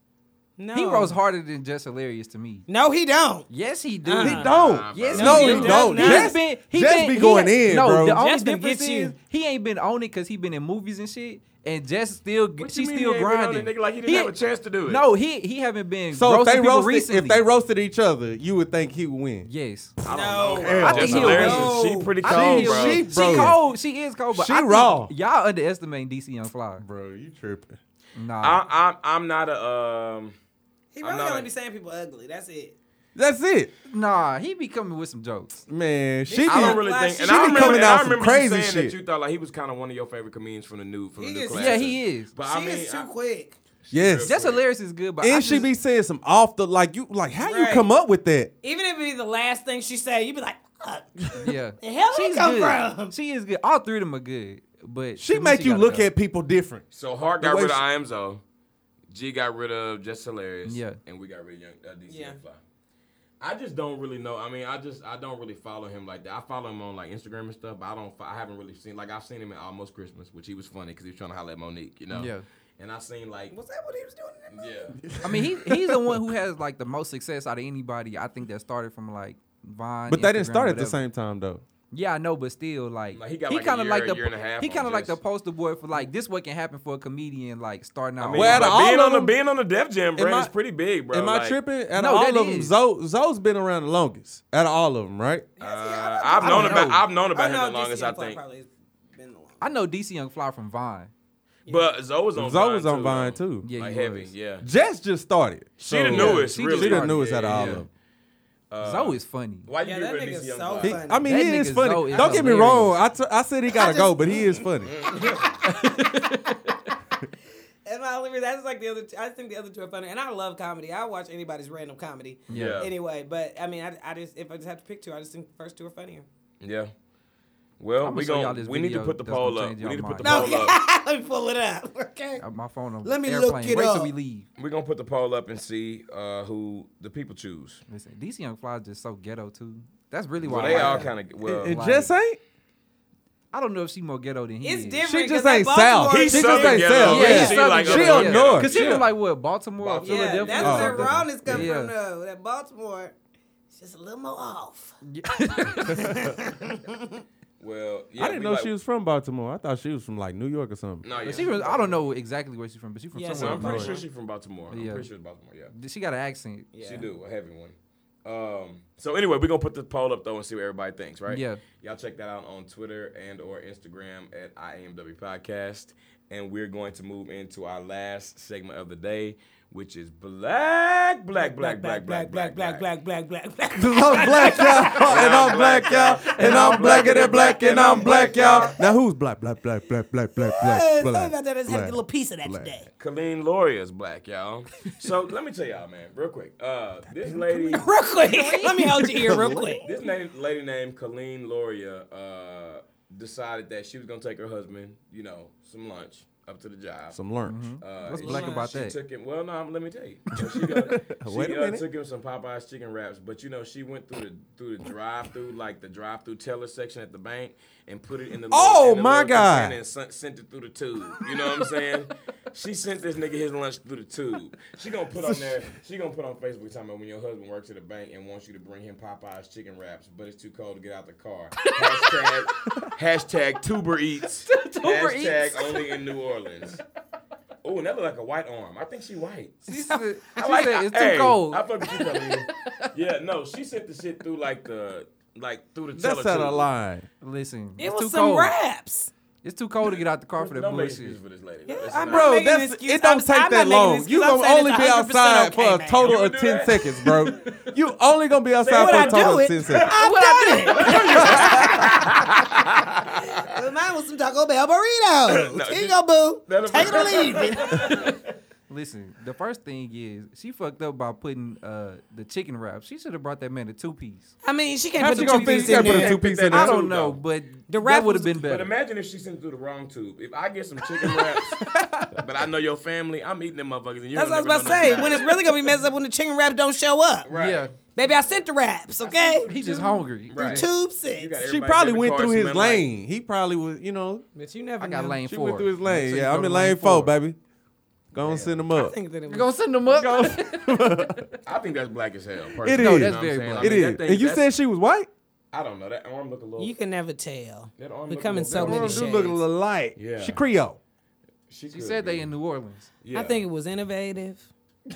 Speaker 2: No,
Speaker 1: He roasts harder than Jess Hilarious to me.
Speaker 2: No, he don't.
Speaker 1: Yes, he do.
Speaker 2: Uh-uh.
Speaker 5: He don't.
Speaker 1: Yes,
Speaker 2: No,
Speaker 1: he
Speaker 2: he
Speaker 1: do.
Speaker 2: don't.
Speaker 1: He's
Speaker 2: Jess-
Speaker 1: been, he
Speaker 5: Jess
Speaker 1: been,
Speaker 5: be
Speaker 1: he-
Speaker 5: going in,
Speaker 1: no,
Speaker 5: bro.
Speaker 1: The only
Speaker 2: Jess been
Speaker 1: difference
Speaker 2: get you.
Speaker 1: is he ain't been on it because he been in movies and shit. And Jess still,
Speaker 4: What
Speaker 1: she's
Speaker 4: you mean
Speaker 1: still
Speaker 4: he ain't been on
Speaker 1: grinding.
Speaker 4: it, nigga? Like he didn't have a chance to do it.
Speaker 1: No, he he haven't been.
Speaker 5: So if
Speaker 1: roasting
Speaker 5: they
Speaker 1: people
Speaker 5: roasted,
Speaker 1: recently.
Speaker 5: if they roasted each other, you would think he would win.
Speaker 1: yes,
Speaker 4: I
Speaker 2: No.
Speaker 4: don't know.
Speaker 5: Hell
Speaker 4: bro. Jess
Speaker 1: no.
Speaker 4: Hilarious,
Speaker 2: No.
Speaker 4: She pretty
Speaker 1: I think
Speaker 4: cold,
Speaker 1: he-
Speaker 4: bro.
Speaker 5: she-
Speaker 1: she
Speaker 5: bro.
Speaker 1: cold. She is cold, but
Speaker 5: She
Speaker 1: I think
Speaker 5: raw.
Speaker 1: Y'all underestimate DC Young Fly.
Speaker 5: Bro, you tripping?
Speaker 1: Nah,
Speaker 4: I, I'm I'm not a um.
Speaker 2: He
Speaker 4: I'm
Speaker 2: really
Speaker 4: not
Speaker 2: only
Speaker 4: a-
Speaker 2: be saying people ugly. That's it.
Speaker 5: That's it,
Speaker 1: nah, he be coming with some jokes.
Speaker 5: man. She
Speaker 4: I
Speaker 5: be,
Speaker 4: don't really
Speaker 2: Fly,
Speaker 4: think.
Speaker 2: she
Speaker 4: And
Speaker 2: be
Speaker 4: I remember,
Speaker 5: coming
Speaker 4: and
Speaker 5: out
Speaker 4: I
Speaker 5: some
Speaker 4: remember
Speaker 5: crazy
Speaker 4: you saying
Speaker 5: shit.
Speaker 4: that you thought like he was kind of one of your favorite comedians from the new from
Speaker 2: He
Speaker 4: the new
Speaker 2: is-
Speaker 4: class.
Speaker 1: Yeah, he is.
Speaker 4: But
Speaker 2: She
Speaker 4: I mean,
Speaker 2: is too
Speaker 4: I-
Speaker 2: quick.
Speaker 5: yes.
Speaker 1: That's hilarious. Is good, but I
Speaker 5: and she
Speaker 1: just-
Speaker 5: be saying some off the like you like how you
Speaker 2: Right.
Speaker 5: come up with that?
Speaker 2: Even if it be the last thing she say, you'd be like, "Fuck."
Speaker 1: yeah.
Speaker 2: The hell they
Speaker 1: She's
Speaker 2: come
Speaker 1: good.
Speaker 2: from?
Speaker 1: She is good. All three of them are good, but
Speaker 5: She
Speaker 1: to me,
Speaker 5: make you
Speaker 1: gotta
Speaker 5: look
Speaker 1: go.
Speaker 5: at people different.
Speaker 4: So Hart
Speaker 5: The
Speaker 4: got
Speaker 5: way
Speaker 4: rid of
Speaker 5: she-
Speaker 4: I am Zo. G got rid of Just Hilarious.
Speaker 1: Yeah.
Speaker 4: And we got rid of Young uh, DC
Speaker 2: Yeah.
Speaker 4: Fly. I just don't really know. I mean, I just I don't really follow him like that. I follow him on like Instagram and stuff, but I don't. fo- I haven't really seen like I've seen him in Almost Christmas, which he was funny because he was trying to holler at Monique, you know.
Speaker 1: Yeah.
Speaker 4: And I seen like
Speaker 2: Was that what he was doing? In that movie?
Speaker 4: yeah.
Speaker 1: I mean, he he's the one who has like the most success out of anybody. I think that started from like Vine.
Speaker 5: But they didn't
Speaker 1: Instagram,
Speaker 5: start at the
Speaker 1: whatever.
Speaker 5: same time though.
Speaker 1: Yeah, I know, but still, like,
Speaker 4: Like, he got, like, a
Speaker 1: kinda
Speaker 4: year, a year and a half
Speaker 1: he
Speaker 4: on
Speaker 1: kind of like the
Speaker 4: just-
Speaker 1: poster boy for like this. What can happen for a comedian like starting out?
Speaker 4: I mean,
Speaker 5: Well,
Speaker 4: but
Speaker 5: out of
Speaker 4: being
Speaker 5: all
Speaker 4: on
Speaker 5: of
Speaker 4: the
Speaker 5: them-
Speaker 4: being on the Def Jam brand
Speaker 5: I-
Speaker 4: is pretty big, bro.
Speaker 5: Am
Speaker 4: like,
Speaker 5: I tripping? Out
Speaker 1: No,
Speaker 5: of all
Speaker 1: that
Speaker 5: of them,
Speaker 1: is.
Speaker 5: Zoe, Zoe's been around the longest. Out of all of them, right?
Speaker 4: Uh, I've
Speaker 1: I
Speaker 4: known
Speaker 1: don't
Speaker 4: about
Speaker 1: know.
Speaker 4: I've known
Speaker 2: Oh,
Speaker 4: about him
Speaker 2: no,
Speaker 4: as long as
Speaker 2: DCM
Speaker 4: I
Speaker 2: Fly
Speaker 4: think.
Speaker 2: probably has been the longest.
Speaker 1: I know DC Young Fly from Vine.
Speaker 4: But Zoe was on
Speaker 5: Zoe was
Speaker 4: Vine
Speaker 5: on
Speaker 4: too,
Speaker 5: Vine
Speaker 4: though.
Speaker 5: too.
Speaker 1: Yeah,
Speaker 4: like
Speaker 1: he
Speaker 4: heavy,
Speaker 1: was.
Speaker 4: yeah.
Speaker 5: Jess just started.
Speaker 4: She the
Speaker 5: So-
Speaker 4: newest,
Speaker 1: she
Speaker 4: really.
Speaker 1: just
Speaker 5: She the
Speaker 1: started.
Speaker 5: newest out of
Speaker 4: Yeah,
Speaker 5: all
Speaker 4: yeah.
Speaker 5: of them.
Speaker 4: Uh,
Speaker 1: Zoe is funny.
Speaker 4: Why you
Speaker 2: Yeah,
Speaker 4: yeah,
Speaker 2: that
Speaker 4: get rid
Speaker 2: nigga
Speaker 4: of
Speaker 2: so
Speaker 4: DC Young
Speaker 5: He-
Speaker 4: Fly?
Speaker 2: funny.
Speaker 5: I mean,
Speaker 1: That
Speaker 5: he is
Speaker 1: nigga
Speaker 5: funny.
Speaker 1: Zoe is
Speaker 5: Don't get me
Speaker 1: hilarious.
Speaker 5: wrong. I, t- I said he gotta go, but he is funny.
Speaker 4: Mm-hmm.
Speaker 2: And my only reason- that's like the other. I think the other two are funny, and I love comedy. I watch anybody's random comedy.
Speaker 4: Yeah.
Speaker 2: Anyway, but I mean, I, I just if I just have to pick two, I just think the first two are funnier.
Speaker 4: Yeah. Well,
Speaker 1: I'ma
Speaker 4: we
Speaker 1: show y'all
Speaker 4: going
Speaker 1: this
Speaker 4: we need to
Speaker 1: video
Speaker 4: put the
Speaker 1: that's
Speaker 4: poll
Speaker 1: gonna
Speaker 4: up.
Speaker 1: change
Speaker 4: We need to
Speaker 1: y'all
Speaker 4: put the
Speaker 1: mind.
Speaker 2: No,
Speaker 4: poll up.
Speaker 2: yeah, let me pull it up. Okay.
Speaker 1: Uh, My phone on
Speaker 2: Let me
Speaker 1: airplane.
Speaker 2: look it
Speaker 1: Wait till
Speaker 2: up.
Speaker 1: we leave.
Speaker 4: We're gonna put the poll up and see uh, who the people choose.
Speaker 1: Listen, DC Young Fly is just so ghetto too. That's really why
Speaker 4: Well,
Speaker 1: I
Speaker 4: they
Speaker 1: like
Speaker 4: all
Speaker 1: her.
Speaker 4: kind of well.
Speaker 5: And
Speaker 1: like-
Speaker 5: Jess ain't.
Speaker 1: I don't know if she more ghetto than he is.
Speaker 2: It's different.
Speaker 5: She just
Speaker 2: 'cause that
Speaker 5: ain't
Speaker 2: Baltimore
Speaker 5: South.
Speaker 2: is
Speaker 5: She
Speaker 4: He's
Speaker 5: just
Speaker 2: different.
Speaker 4: Southern
Speaker 5: ain't
Speaker 4: ghetto.
Speaker 5: South.
Speaker 4: Yeah,
Speaker 1: yeah,
Speaker 4: she
Speaker 1: Southern
Speaker 4: like
Speaker 1: ghetto.
Speaker 5: she
Speaker 4: Southern
Speaker 5: on
Speaker 4: ghetto.
Speaker 5: North.
Speaker 1: Cause she
Speaker 5: Yeah.
Speaker 1: from like what Baltimore, or
Speaker 2: Yeah,
Speaker 1: Philadelphia.
Speaker 2: that's
Speaker 5: Oh,
Speaker 2: where
Speaker 5: okay.
Speaker 2: rawness comes
Speaker 1: Yeah.
Speaker 2: from. Though that Baltimore, it's just a little more off.
Speaker 4: Well, yeah,
Speaker 5: I didn't
Speaker 4: we
Speaker 5: know
Speaker 4: like-
Speaker 5: she was from Baltimore. I thought she was from like New York or something.
Speaker 4: No, yeah.
Speaker 1: But she from, I don't know exactly where she's from, but she's from
Speaker 2: Yeah,
Speaker 4: No,
Speaker 1: somewhere.
Speaker 4: I'm
Speaker 1: up
Speaker 4: pretty
Speaker 1: north.
Speaker 4: sure she's from Baltimore. I'm
Speaker 1: Yeah.
Speaker 4: pretty sure it's Baltimore. Yeah.
Speaker 1: She got an accent.
Speaker 2: Yeah.
Speaker 4: She do a heavy one. Um, so anyway, we're gonna put the poll up though and see what everybody thinks, right?
Speaker 1: Yeah.
Speaker 4: Y'all check that out on Twitter and or Instagram at IAMW Podcast. And we're going to move into our last segment of the day, which is black, black, black, black, black, black, black, black.
Speaker 2: black, black, black, black, black.
Speaker 5: Cause I'm black, y'all, and I'm black, y'all, and I'm blacker than black, and I'm black, y'all. Now who's black, black, black, black, black, black,
Speaker 2: Hey,
Speaker 5: black,
Speaker 2: Sorry about
Speaker 5: black?
Speaker 2: that. I just had to get a little piece of that
Speaker 5: black.
Speaker 2: today.
Speaker 4: Colleen Laurier is black, y'all. So let me tell y'all, man, real quick. Uh, this lady,
Speaker 2: Real quick, let me hold your ear real quick.
Speaker 4: this name, lady named Colleen Laurier, uh, decided that she was gonna take her husband, you know, some lunch up to the job.
Speaker 5: Some lunch.
Speaker 2: Mm-hmm.
Speaker 4: Uh,
Speaker 1: What's
Speaker 4: she-
Speaker 1: black about
Speaker 4: she
Speaker 1: that?
Speaker 4: Took him, well, no, let me tell you. So she got- she,
Speaker 5: Wait a
Speaker 4: uh,
Speaker 5: minute.
Speaker 4: took him some Popeyes chicken wraps, but you know she went through the through the drive through like the drive through teller section at the bank and put it in the little-
Speaker 5: Oh,
Speaker 4: in the
Speaker 5: my
Speaker 4: little
Speaker 5: God.
Speaker 4: container and sent, sent it through the tube. You know what I'm saying? she sent this nigga his lunch through the tube. She gonna put on there. She gonna put on Facebook talking about when your husband works at a bank and wants you to bring him Popeyes chicken wraps, but it's too cold to get out the car. Hashtag hashtag Tuber Eats.
Speaker 1: Tuber Eats.
Speaker 4: hashtag only in New Orleans. Oh, and that look like a white arm. I think she white.
Speaker 1: She said, she
Speaker 4: Like,
Speaker 1: said it's too
Speaker 4: hey,
Speaker 1: cold.
Speaker 4: I fuck with you, Colleen. yeah, no, she sent the shit through like the like through the.
Speaker 5: That's
Speaker 4: teller
Speaker 5: out of
Speaker 4: tube.
Speaker 5: line.
Speaker 1: Listen,
Speaker 2: It
Speaker 1: it's
Speaker 2: was
Speaker 1: too
Speaker 2: some
Speaker 1: cold.
Speaker 2: raps.
Speaker 1: It's too cold to get out the car for that
Speaker 4: Don't make
Speaker 1: bullshit.
Speaker 4: excuses for this lady. though. It's
Speaker 2: I'm
Speaker 4: not-
Speaker 2: not
Speaker 5: Bro,
Speaker 2: making
Speaker 5: that's
Speaker 2: an excuse.
Speaker 5: it. Don't
Speaker 2: I'm-
Speaker 5: take
Speaker 2: I'm not
Speaker 5: that
Speaker 2: making an
Speaker 5: long.
Speaker 2: excuse.
Speaker 5: You
Speaker 2: I'm
Speaker 5: gonna
Speaker 2: saying
Speaker 5: only
Speaker 2: it's
Speaker 5: be
Speaker 2: 100%
Speaker 5: outside for
Speaker 2: okay,
Speaker 5: a total
Speaker 4: man.
Speaker 5: of
Speaker 4: You
Speaker 5: ten
Speaker 4: can do that.
Speaker 5: seconds, bro. you only gonna be outside
Speaker 2: Would
Speaker 5: for
Speaker 2: I
Speaker 5: a total
Speaker 2: do
Speaker 5: of
Speaker 2: it?
Speaker 5: ten seconds.
Speaker 2: I've done it. Mine was some Taco Bell burritos. Here you go, boo.
Speaker 4: that'll
Speaker 2: Take it
Speaker 4: be-
Speaker 2: or leave it.
Speaker 1: Listen, the first thing is she fucked up by putting uh, the chicken wrap. She should have brought that man a two piece.
Speaker 2: I mean, she can't
Speaker 5: How
Speaker 2: put
Speaker 5: she
Speaker 2: the
Speaker 5: gonna
Speaker 2: two
Speaker 5: fit-
Speaker 2: piece
Speaker 5: she
Speaker 2: in
Speaker 5: can't put a
Speaker 2: there.
Speaker 5: two piece in
Speaker 1: I
Speaker 5: there?
Speaker 1: don't
Speaker 4: too,
Speaker 1: know,
Speaker 4: though.
Speaker 1: but
Speaker 2: The
Speaker 1: that
Speaker 2: wrap
Speaker 1: would have
Speaker 2: was-
Speaker 1: been
Speaker 4: But
Speaker 1: better.
Speaker 4: imagine if she sent through the wrong tube. If I get some chicken wraps, but I know your family, I'm eating them motherfuckers. And you
Speaker 2: That's what I
Speaker 4: don't
Speaker 2: was about to
Speaker 4: never
Speaker 2: say.
Speaker 4: know
Speaker 2: When it's really gonna be messed up when the chicken wraps don't show up.
Speaker 4: Right.
Speaker 1: Yeah,
Speaker 2: Baby, I sent the wraps, okay?
Speaker 1: he's just hungry.
Speaker 4: Right.
Speaker 2: Tube
Speaker 4: You
Speaker 2: six.
Speaker 4: got
Speaker 5: She
Speaker 4: everybody's
Speaker 5: probably
Speaker 4: debit
Speaker 5: went
Speaker 4: card
Speaker 5: through his
Speaker 4: smelling like-
Speaker 5: lane. He probably was, you know,
Speaker 2: But you never
Speaker 1: I got
Speaker 2: know.
Speaker 1: lane
Speaker 5: she
Speaker 1: four.
Speaker 5: went through his
Speaker 1: So
Speaker 5: lane.
Speaker 1: you
Speaker 5: Yeah,
Speaker 1: go
Speaker 5: I'm
Speaker 1: to
Speaker 5: in lane four,
Speaker 1: four.
Speaker 5: baby. Go and send him
Speaker 2: I
Speaker 5: up.
Speaker 2: think that it was.
Speaker 1: You gonna send them up?
Speaker 4: I think that's black as hell.
Speaker 5: It
Speaker 4: personally. You
Speaker 5: is.
Speaker 4: know
Speaker 1: that's
Speaker 4: what I'm
Speaker 1: very
Speaker 4: saying?
Speaker 1: black.
Speaker 4: I mean,
Speaker 5: It is.
Speaker 4: that thing-
Speaker 5: And you
Speaker 4: that's-
Speaker 5: said she was white?
Speaker 4: I don't know. That arm look a little.
Speaker 2: You can never tell.
Speaker 4: That arm
Speaker 2: We
Speaker 4: look
Speaker 2: come
Speaker 4: a
Speaker 2: in
Speaker 4: little
Speaker 2: so
Speaker 4: bit-
Speaker 2: many
Speaker 5: She look a
Speaker 2: shades.
Speaker 5: little light.
Speaker 4: Yeah.
Speaker 5: She Creole.
Speaker 1: She said they in New Orleans,
Speaker 2: I think it was innovative. I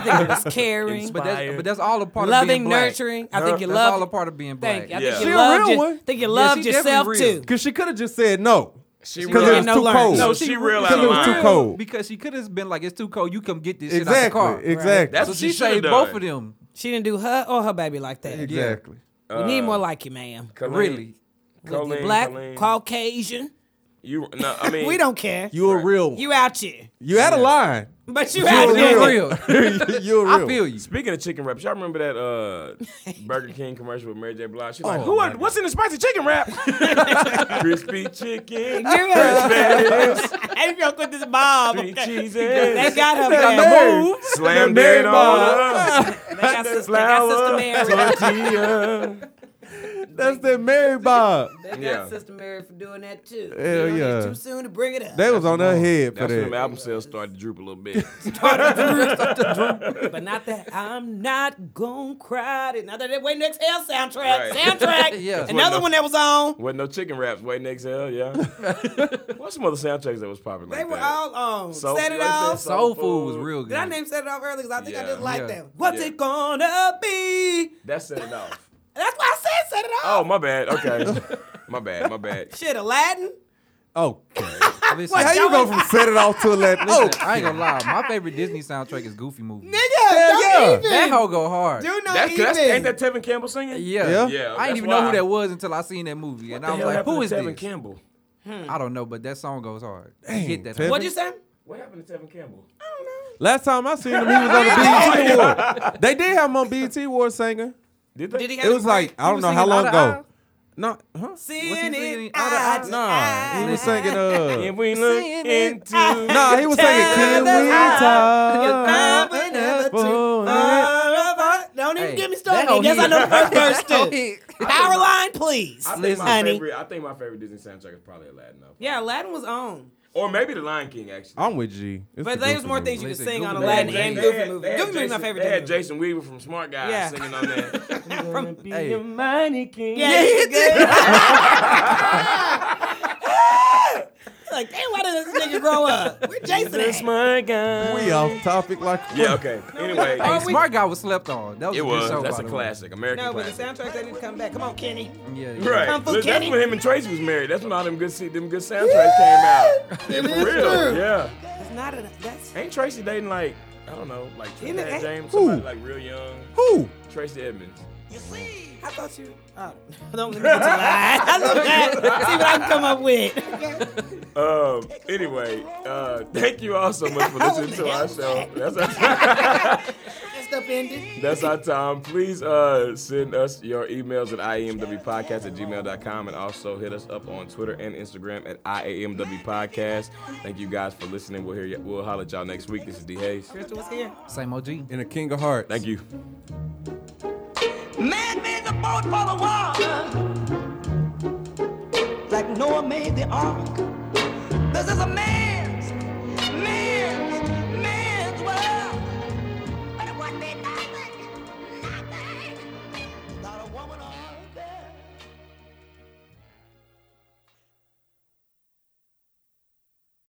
Speaker 2: think it was caring.
Speaker 1: but that's, but that's all a part of
Speaker 2: Loving,
Speaker 1: being black.
Speaker 2: nurturing. I think you
Speaker 1: that's
Speaker 2: love
Speaker 1: all
Speaker 2: it.
Speaker 1: a part of being black.
Speaker 2: Thank you. I
Speaker 4: Yeah.
Speaker 2: think
Speaker 5: She
Speaker 2: you
Speaker 5: a
Speaker 2: loved,
Speaker 5: real
Speaker 2: your-
Speaker 5: one.
Speaker 2: think you
Speaker 1: Yeah,
Speaker 2: loved
Speaker 1: she
Speaker 2: yourself
Speaker 1: definitely real.
Speaker 2: too.
Speaker 5: Cause she could have just said no.
Speaker 4: she
Speaker 5: Cause
Speaker 4: real-
Speaker 5: it was
Speaker 2: no
Speaker 5: too
Speaker 2: learning.
Speaker 5: cold.
Speaker 4: No, she real
Speaker 5: Because
Speaker 4: out of
Speaker 5: it was too
Speaker 4: line.
Speaker 5: cold.
Speaker 1: because she could have been like, "It's too cold. You come get this shit
Speaker 5: Exactly.
Speaker 1: out the car."
Speaker 5: Exactly.
Speaker 4: That's
Speaker 1: So
Speaker 4: what
Speaker 1: she
Speaker 4: she shoulda
Speaker 1: saved
Speaker 4: done.
Speaker 1: both of them.
Speaker 2: She didn't do her or her baby like that.
Speaker 5: Exactly.
Speaker 2: We need more like you, ma'am.
Speaker 4: Colleen,
Speaker 1: Really,
Speaker 2: Whether you
Speaker 4: Colleen,
Speaker 2: black,
Speaker 4: Colleen.
Speaker 2: Caucasian,
Speaker 4: You no, I mean
Speaker 2: we don't care. You,
Speaker 5: You a real one.
Speaker 2: you out here,
Speaker 5: had a line.
Speaker 2: but you
Speaker 5: You
Speaker 2: out
Speaker 5: a
Speaker 2: here.
Speaker 5: real. you a real.
Speaker 1: I feel you.
Speaker 4: Speaking of chicken wraps, y'all remember that uh, Burger King commercial with Mary J. Blige? She's like,
Speaker 5: Oh,
Speaker 4: "Who?
Speaker 5: my
Speaker 4: Are,
Speaker 5: God.
Speaker 4: what's in the spicy chicken wrap? Crispy chicken,
Speaker 2: You're
Speaker 4: lettuce,
Speaker 2: I ain't gonna quit this bomb.
Speaker 4: three
Speaker 2: Okay. They
Speaker 4: cheeses,
Speaker 2: got her
Speaker 5: Got
Speaker 2: man.
Speaker 5: married.
Speaker 4: slam
Speaker 5: Mary
Speaker 4: dead on us,
Speaker 2: They got sister, they got sister
Speaker 4: flour,
Speaker 2: Mary.
Speaker 4: tortilla."
Speaker 5: That's that Mary Bob.
Speaker 2: They
Speaker 4: Yeah.
Speaker 2: got sister Mary for doing that too.
Speaker 5: Hell
Speaker 2: You know, it's
Speaker 5: yeah.
Speaker 2: Too soon to bring it up.
Speaker 5: That was on her head for
Speaker 4: That's when the
Speaker 5: that.
Speaker 4: album sales started to droop a little bit.
Speaker 2: but not that I'm not gonna cry. It. Not that that way next hell soundtrack.
Speaker 4: Right.
Speaker 2: Soundtrack.
Speaker 1: Yeah. That's
Speaker 2: Another
Speaker 4: what-
Speaker 2: one that was on.
Speaker 4: Wasn't no chicken wraps. Wait, next hell, yeah. What's some other soundtracks that was popular?
Speaker 2: They
Speaker 4: like
Speaker 2: were
Speaker 4: that?
Speaker 2: all on.
Speaker 4: So-
Speaker 2: Set it
Speaker 4: like
Speaker 2: off.
Speaker 4: that.
Speaker 1: Soul food was real good.
Speaker 2: Did I name set it off earlier? Because I think I
Speaker 4: Yeah.
Speaker 2: just like
Speaker 1: Yeah.
Speaker 2: that. one. What's
Speaker 4: Yeah.
Speaker 2: it gonna be?
Speaker 4: That set it off.
Speaker 2: That's why I said set it
Speaker 4: Oh,
Speaker 2: off.
Speaker 4: my bad. Okay, my bad. My bad.
Speaker 2: Shit, Aladdin.
Speaker 5: Oh,
Speaker 1: Listen,
Speaker 5: how you go from set it off to let
Speaker 1: listen,
Speaker 5: oh
Speaker 1: I ain't gonna lie. My favorite Disney soundtrack is Goofy movie.
Speaker 2: Nigga, don't
Speaker 5: yeah.
Speaker 2: even.
Speaker 1: That hoe go hard.
Speaker 2: Do not
Speaker 4: That's,
Speaker 2: even.
Speaker 4: that's ain't that Tevin Campbell singing?
Speaker 1: Yeah.
Speaker 5: Yeah.
Speaker 4: Yeah,
Speaker 1: I
Speaker 4: that's
Speaker 1: didn't even
Speaker 4: why.
Speaker 1: know who that was until I seen that movie. and I was like, who is
Speaker 4: Tevin
Speaker 1: this?
Speaker 4: Campbell?
Speaker 1: I don't know, but that song goes hard. He
Speaker 5: Dang,
Speaker 1: hit that.
Speaker 5: Tevin.
Speaker 2: What'd you say?
Speaker 4: What happened to Tevin Campbell?
Speaker 5: Last time I seen him, he was on the BET Award. They did have him on BET Award singing.
Speaker 4: Did they?
Speaker 2: Did he have
Speaker 5: It was
Speaker 2: a break?
Speaker 5: like I don't
Speaker 1: was
Speaker 5: know how
Speaker 1: singing Out
Speaker 5: long
Speaker 1: of
Speaker 5: ago.
Speaker 1: Eye?
Speaker 5: No, huh?
Speaker 2: Seeing
Speaker 1: singing
Speaker 2: it.
Speaker 1: out of
Speaker 2: eye
Speaker 1: eye?
Speaker 2: to
Speaker 5: Nah, he was
Speaker 2: eye.
Speaker 5: singing uh.
Speaker 4: If we look into
Speaker 5: Nah, he was singing "Can We
Speaker 2: Love
Speaker 5: Talk."
Speaker 2: will never too
Speaker 5: Forever."
Speaker 2: far. Don't even
Speaker 1: Hey,
Speaker 2: get me
Speaker 1: that hoe
Speaker 2: started. Yes, I
Speaker 1: hit.
Speaker 2: know the first verse
Speaker 1: That
Speaker 2: too.
Speaker 1: hit.
Speaker 2: Power line, please.
Speaker 4: I think
Speaker 1: Listen,
Speaker 4: my
Speaker 2: honey.
Speaker 4: favorite. I think my favorite Disney soundtrack is probably Aladdin. Though.
Speaker 2: Yeah, Aladdin was on,
Speaker 4: Or maybe The Lion King actually.
Speaker 5: I'm with G. It's
Speaker 2: but
Speaker 5: the
Speaker 2: there's
Speaker 5: Goofy
Speaker 2: more
Speaker 5: movie.
Speaker 2: things you can
Speaker 1: Listen,
Speaker 2: sing on
Speaker 1: Goofy
Speaker 2: Aladdin
Speaker 1: movie.
Speaker 2: and
Speaker 4: They
Speaker 2: Goofy
Speaker 4: had-
Speaker 2: movie.
Speaker 4: they had
Speaker 2: Goofy movie's my
Speaker 4: Jason-
Speaker 2: favorite.
Speaker 4: They had
Speaker 2: Disney
Speaker 4: Jason Weaver from Smart Guys
Speaker 2: Yeah.
Speaker 4: singing on that.
Speaker 2: movie. From-
Speaker 1: Hey,
Speaker 2: Yeah, he did. Like, damn, why did this nigga grow up? Where Jason at?
Speaker 4: Smart Guys.
Speaker 5: We off topic like
Speaker 4: Yeah. Okay. Anyway,
Speaker 1: hey, Smart Guy was slept on. That was
Speaker 4: it
Speaker 1: a good
Speaker 4: was.
Speaker 1: show,
Speaker 4: That's
Speaker 1: by
Speaker 4: a
Speaker 1: the way.
Speaker 4: classic American
Speaker 2: No, but the
Speaker 4: classic.
Speaker 2: soundtrack they need to come back. Come on, Kenny.
Speaker 1: Yeah, yeah.
Speaker 4: Right.
Speaker 2: Kung Fu
Speaker 4: Look, that's
Speaker 2: Kenny.
Speaker 4: when him and Tracy was married. That's when all them good se- them good soundtracks came out.
Speaker 2: It
Speaker 4: Yeah, for
Speaker 2: is
Speaker 4: real.
Speaker 2: true.
Speaker 4: Yeah.
Speaker 2: That's not a. That's
Speaker 4: Ain't Tracy dating like I don't know, like
Speaker 2: Isn't it-
Speaker 4: Trinidad James,
Speaker 5: Who?
Speaker 4: somebody like real young.
Speaker 5: who?
Speaker 4: Tracy Edmonds.
Speaker 2: I thought you. Oh, don't let me get to lie. I love that. See what I can come up with.
Speaker 4: Um. Anyway, uh, thank you all so much for listening to our show. That's our,
Speaker 2: That stuff ended.
Speaker 4: that's our time. Please uh, send us your emails at iamwpodcast at gmail.com and also hit us up on Twitter and Instagram at iamwpodcast. Thank you guys for listening. We'll hear y- we'll holler at y'all next week. This is D Hayes.
Speaker 2: Crystal was here.
Speaker 1: Same OG.
Speaker 5: In a King of Hearts.
Speaker 4: Thank you.
Speaker 3: Man made the boat for the water, like Noah made the ark. This is a man.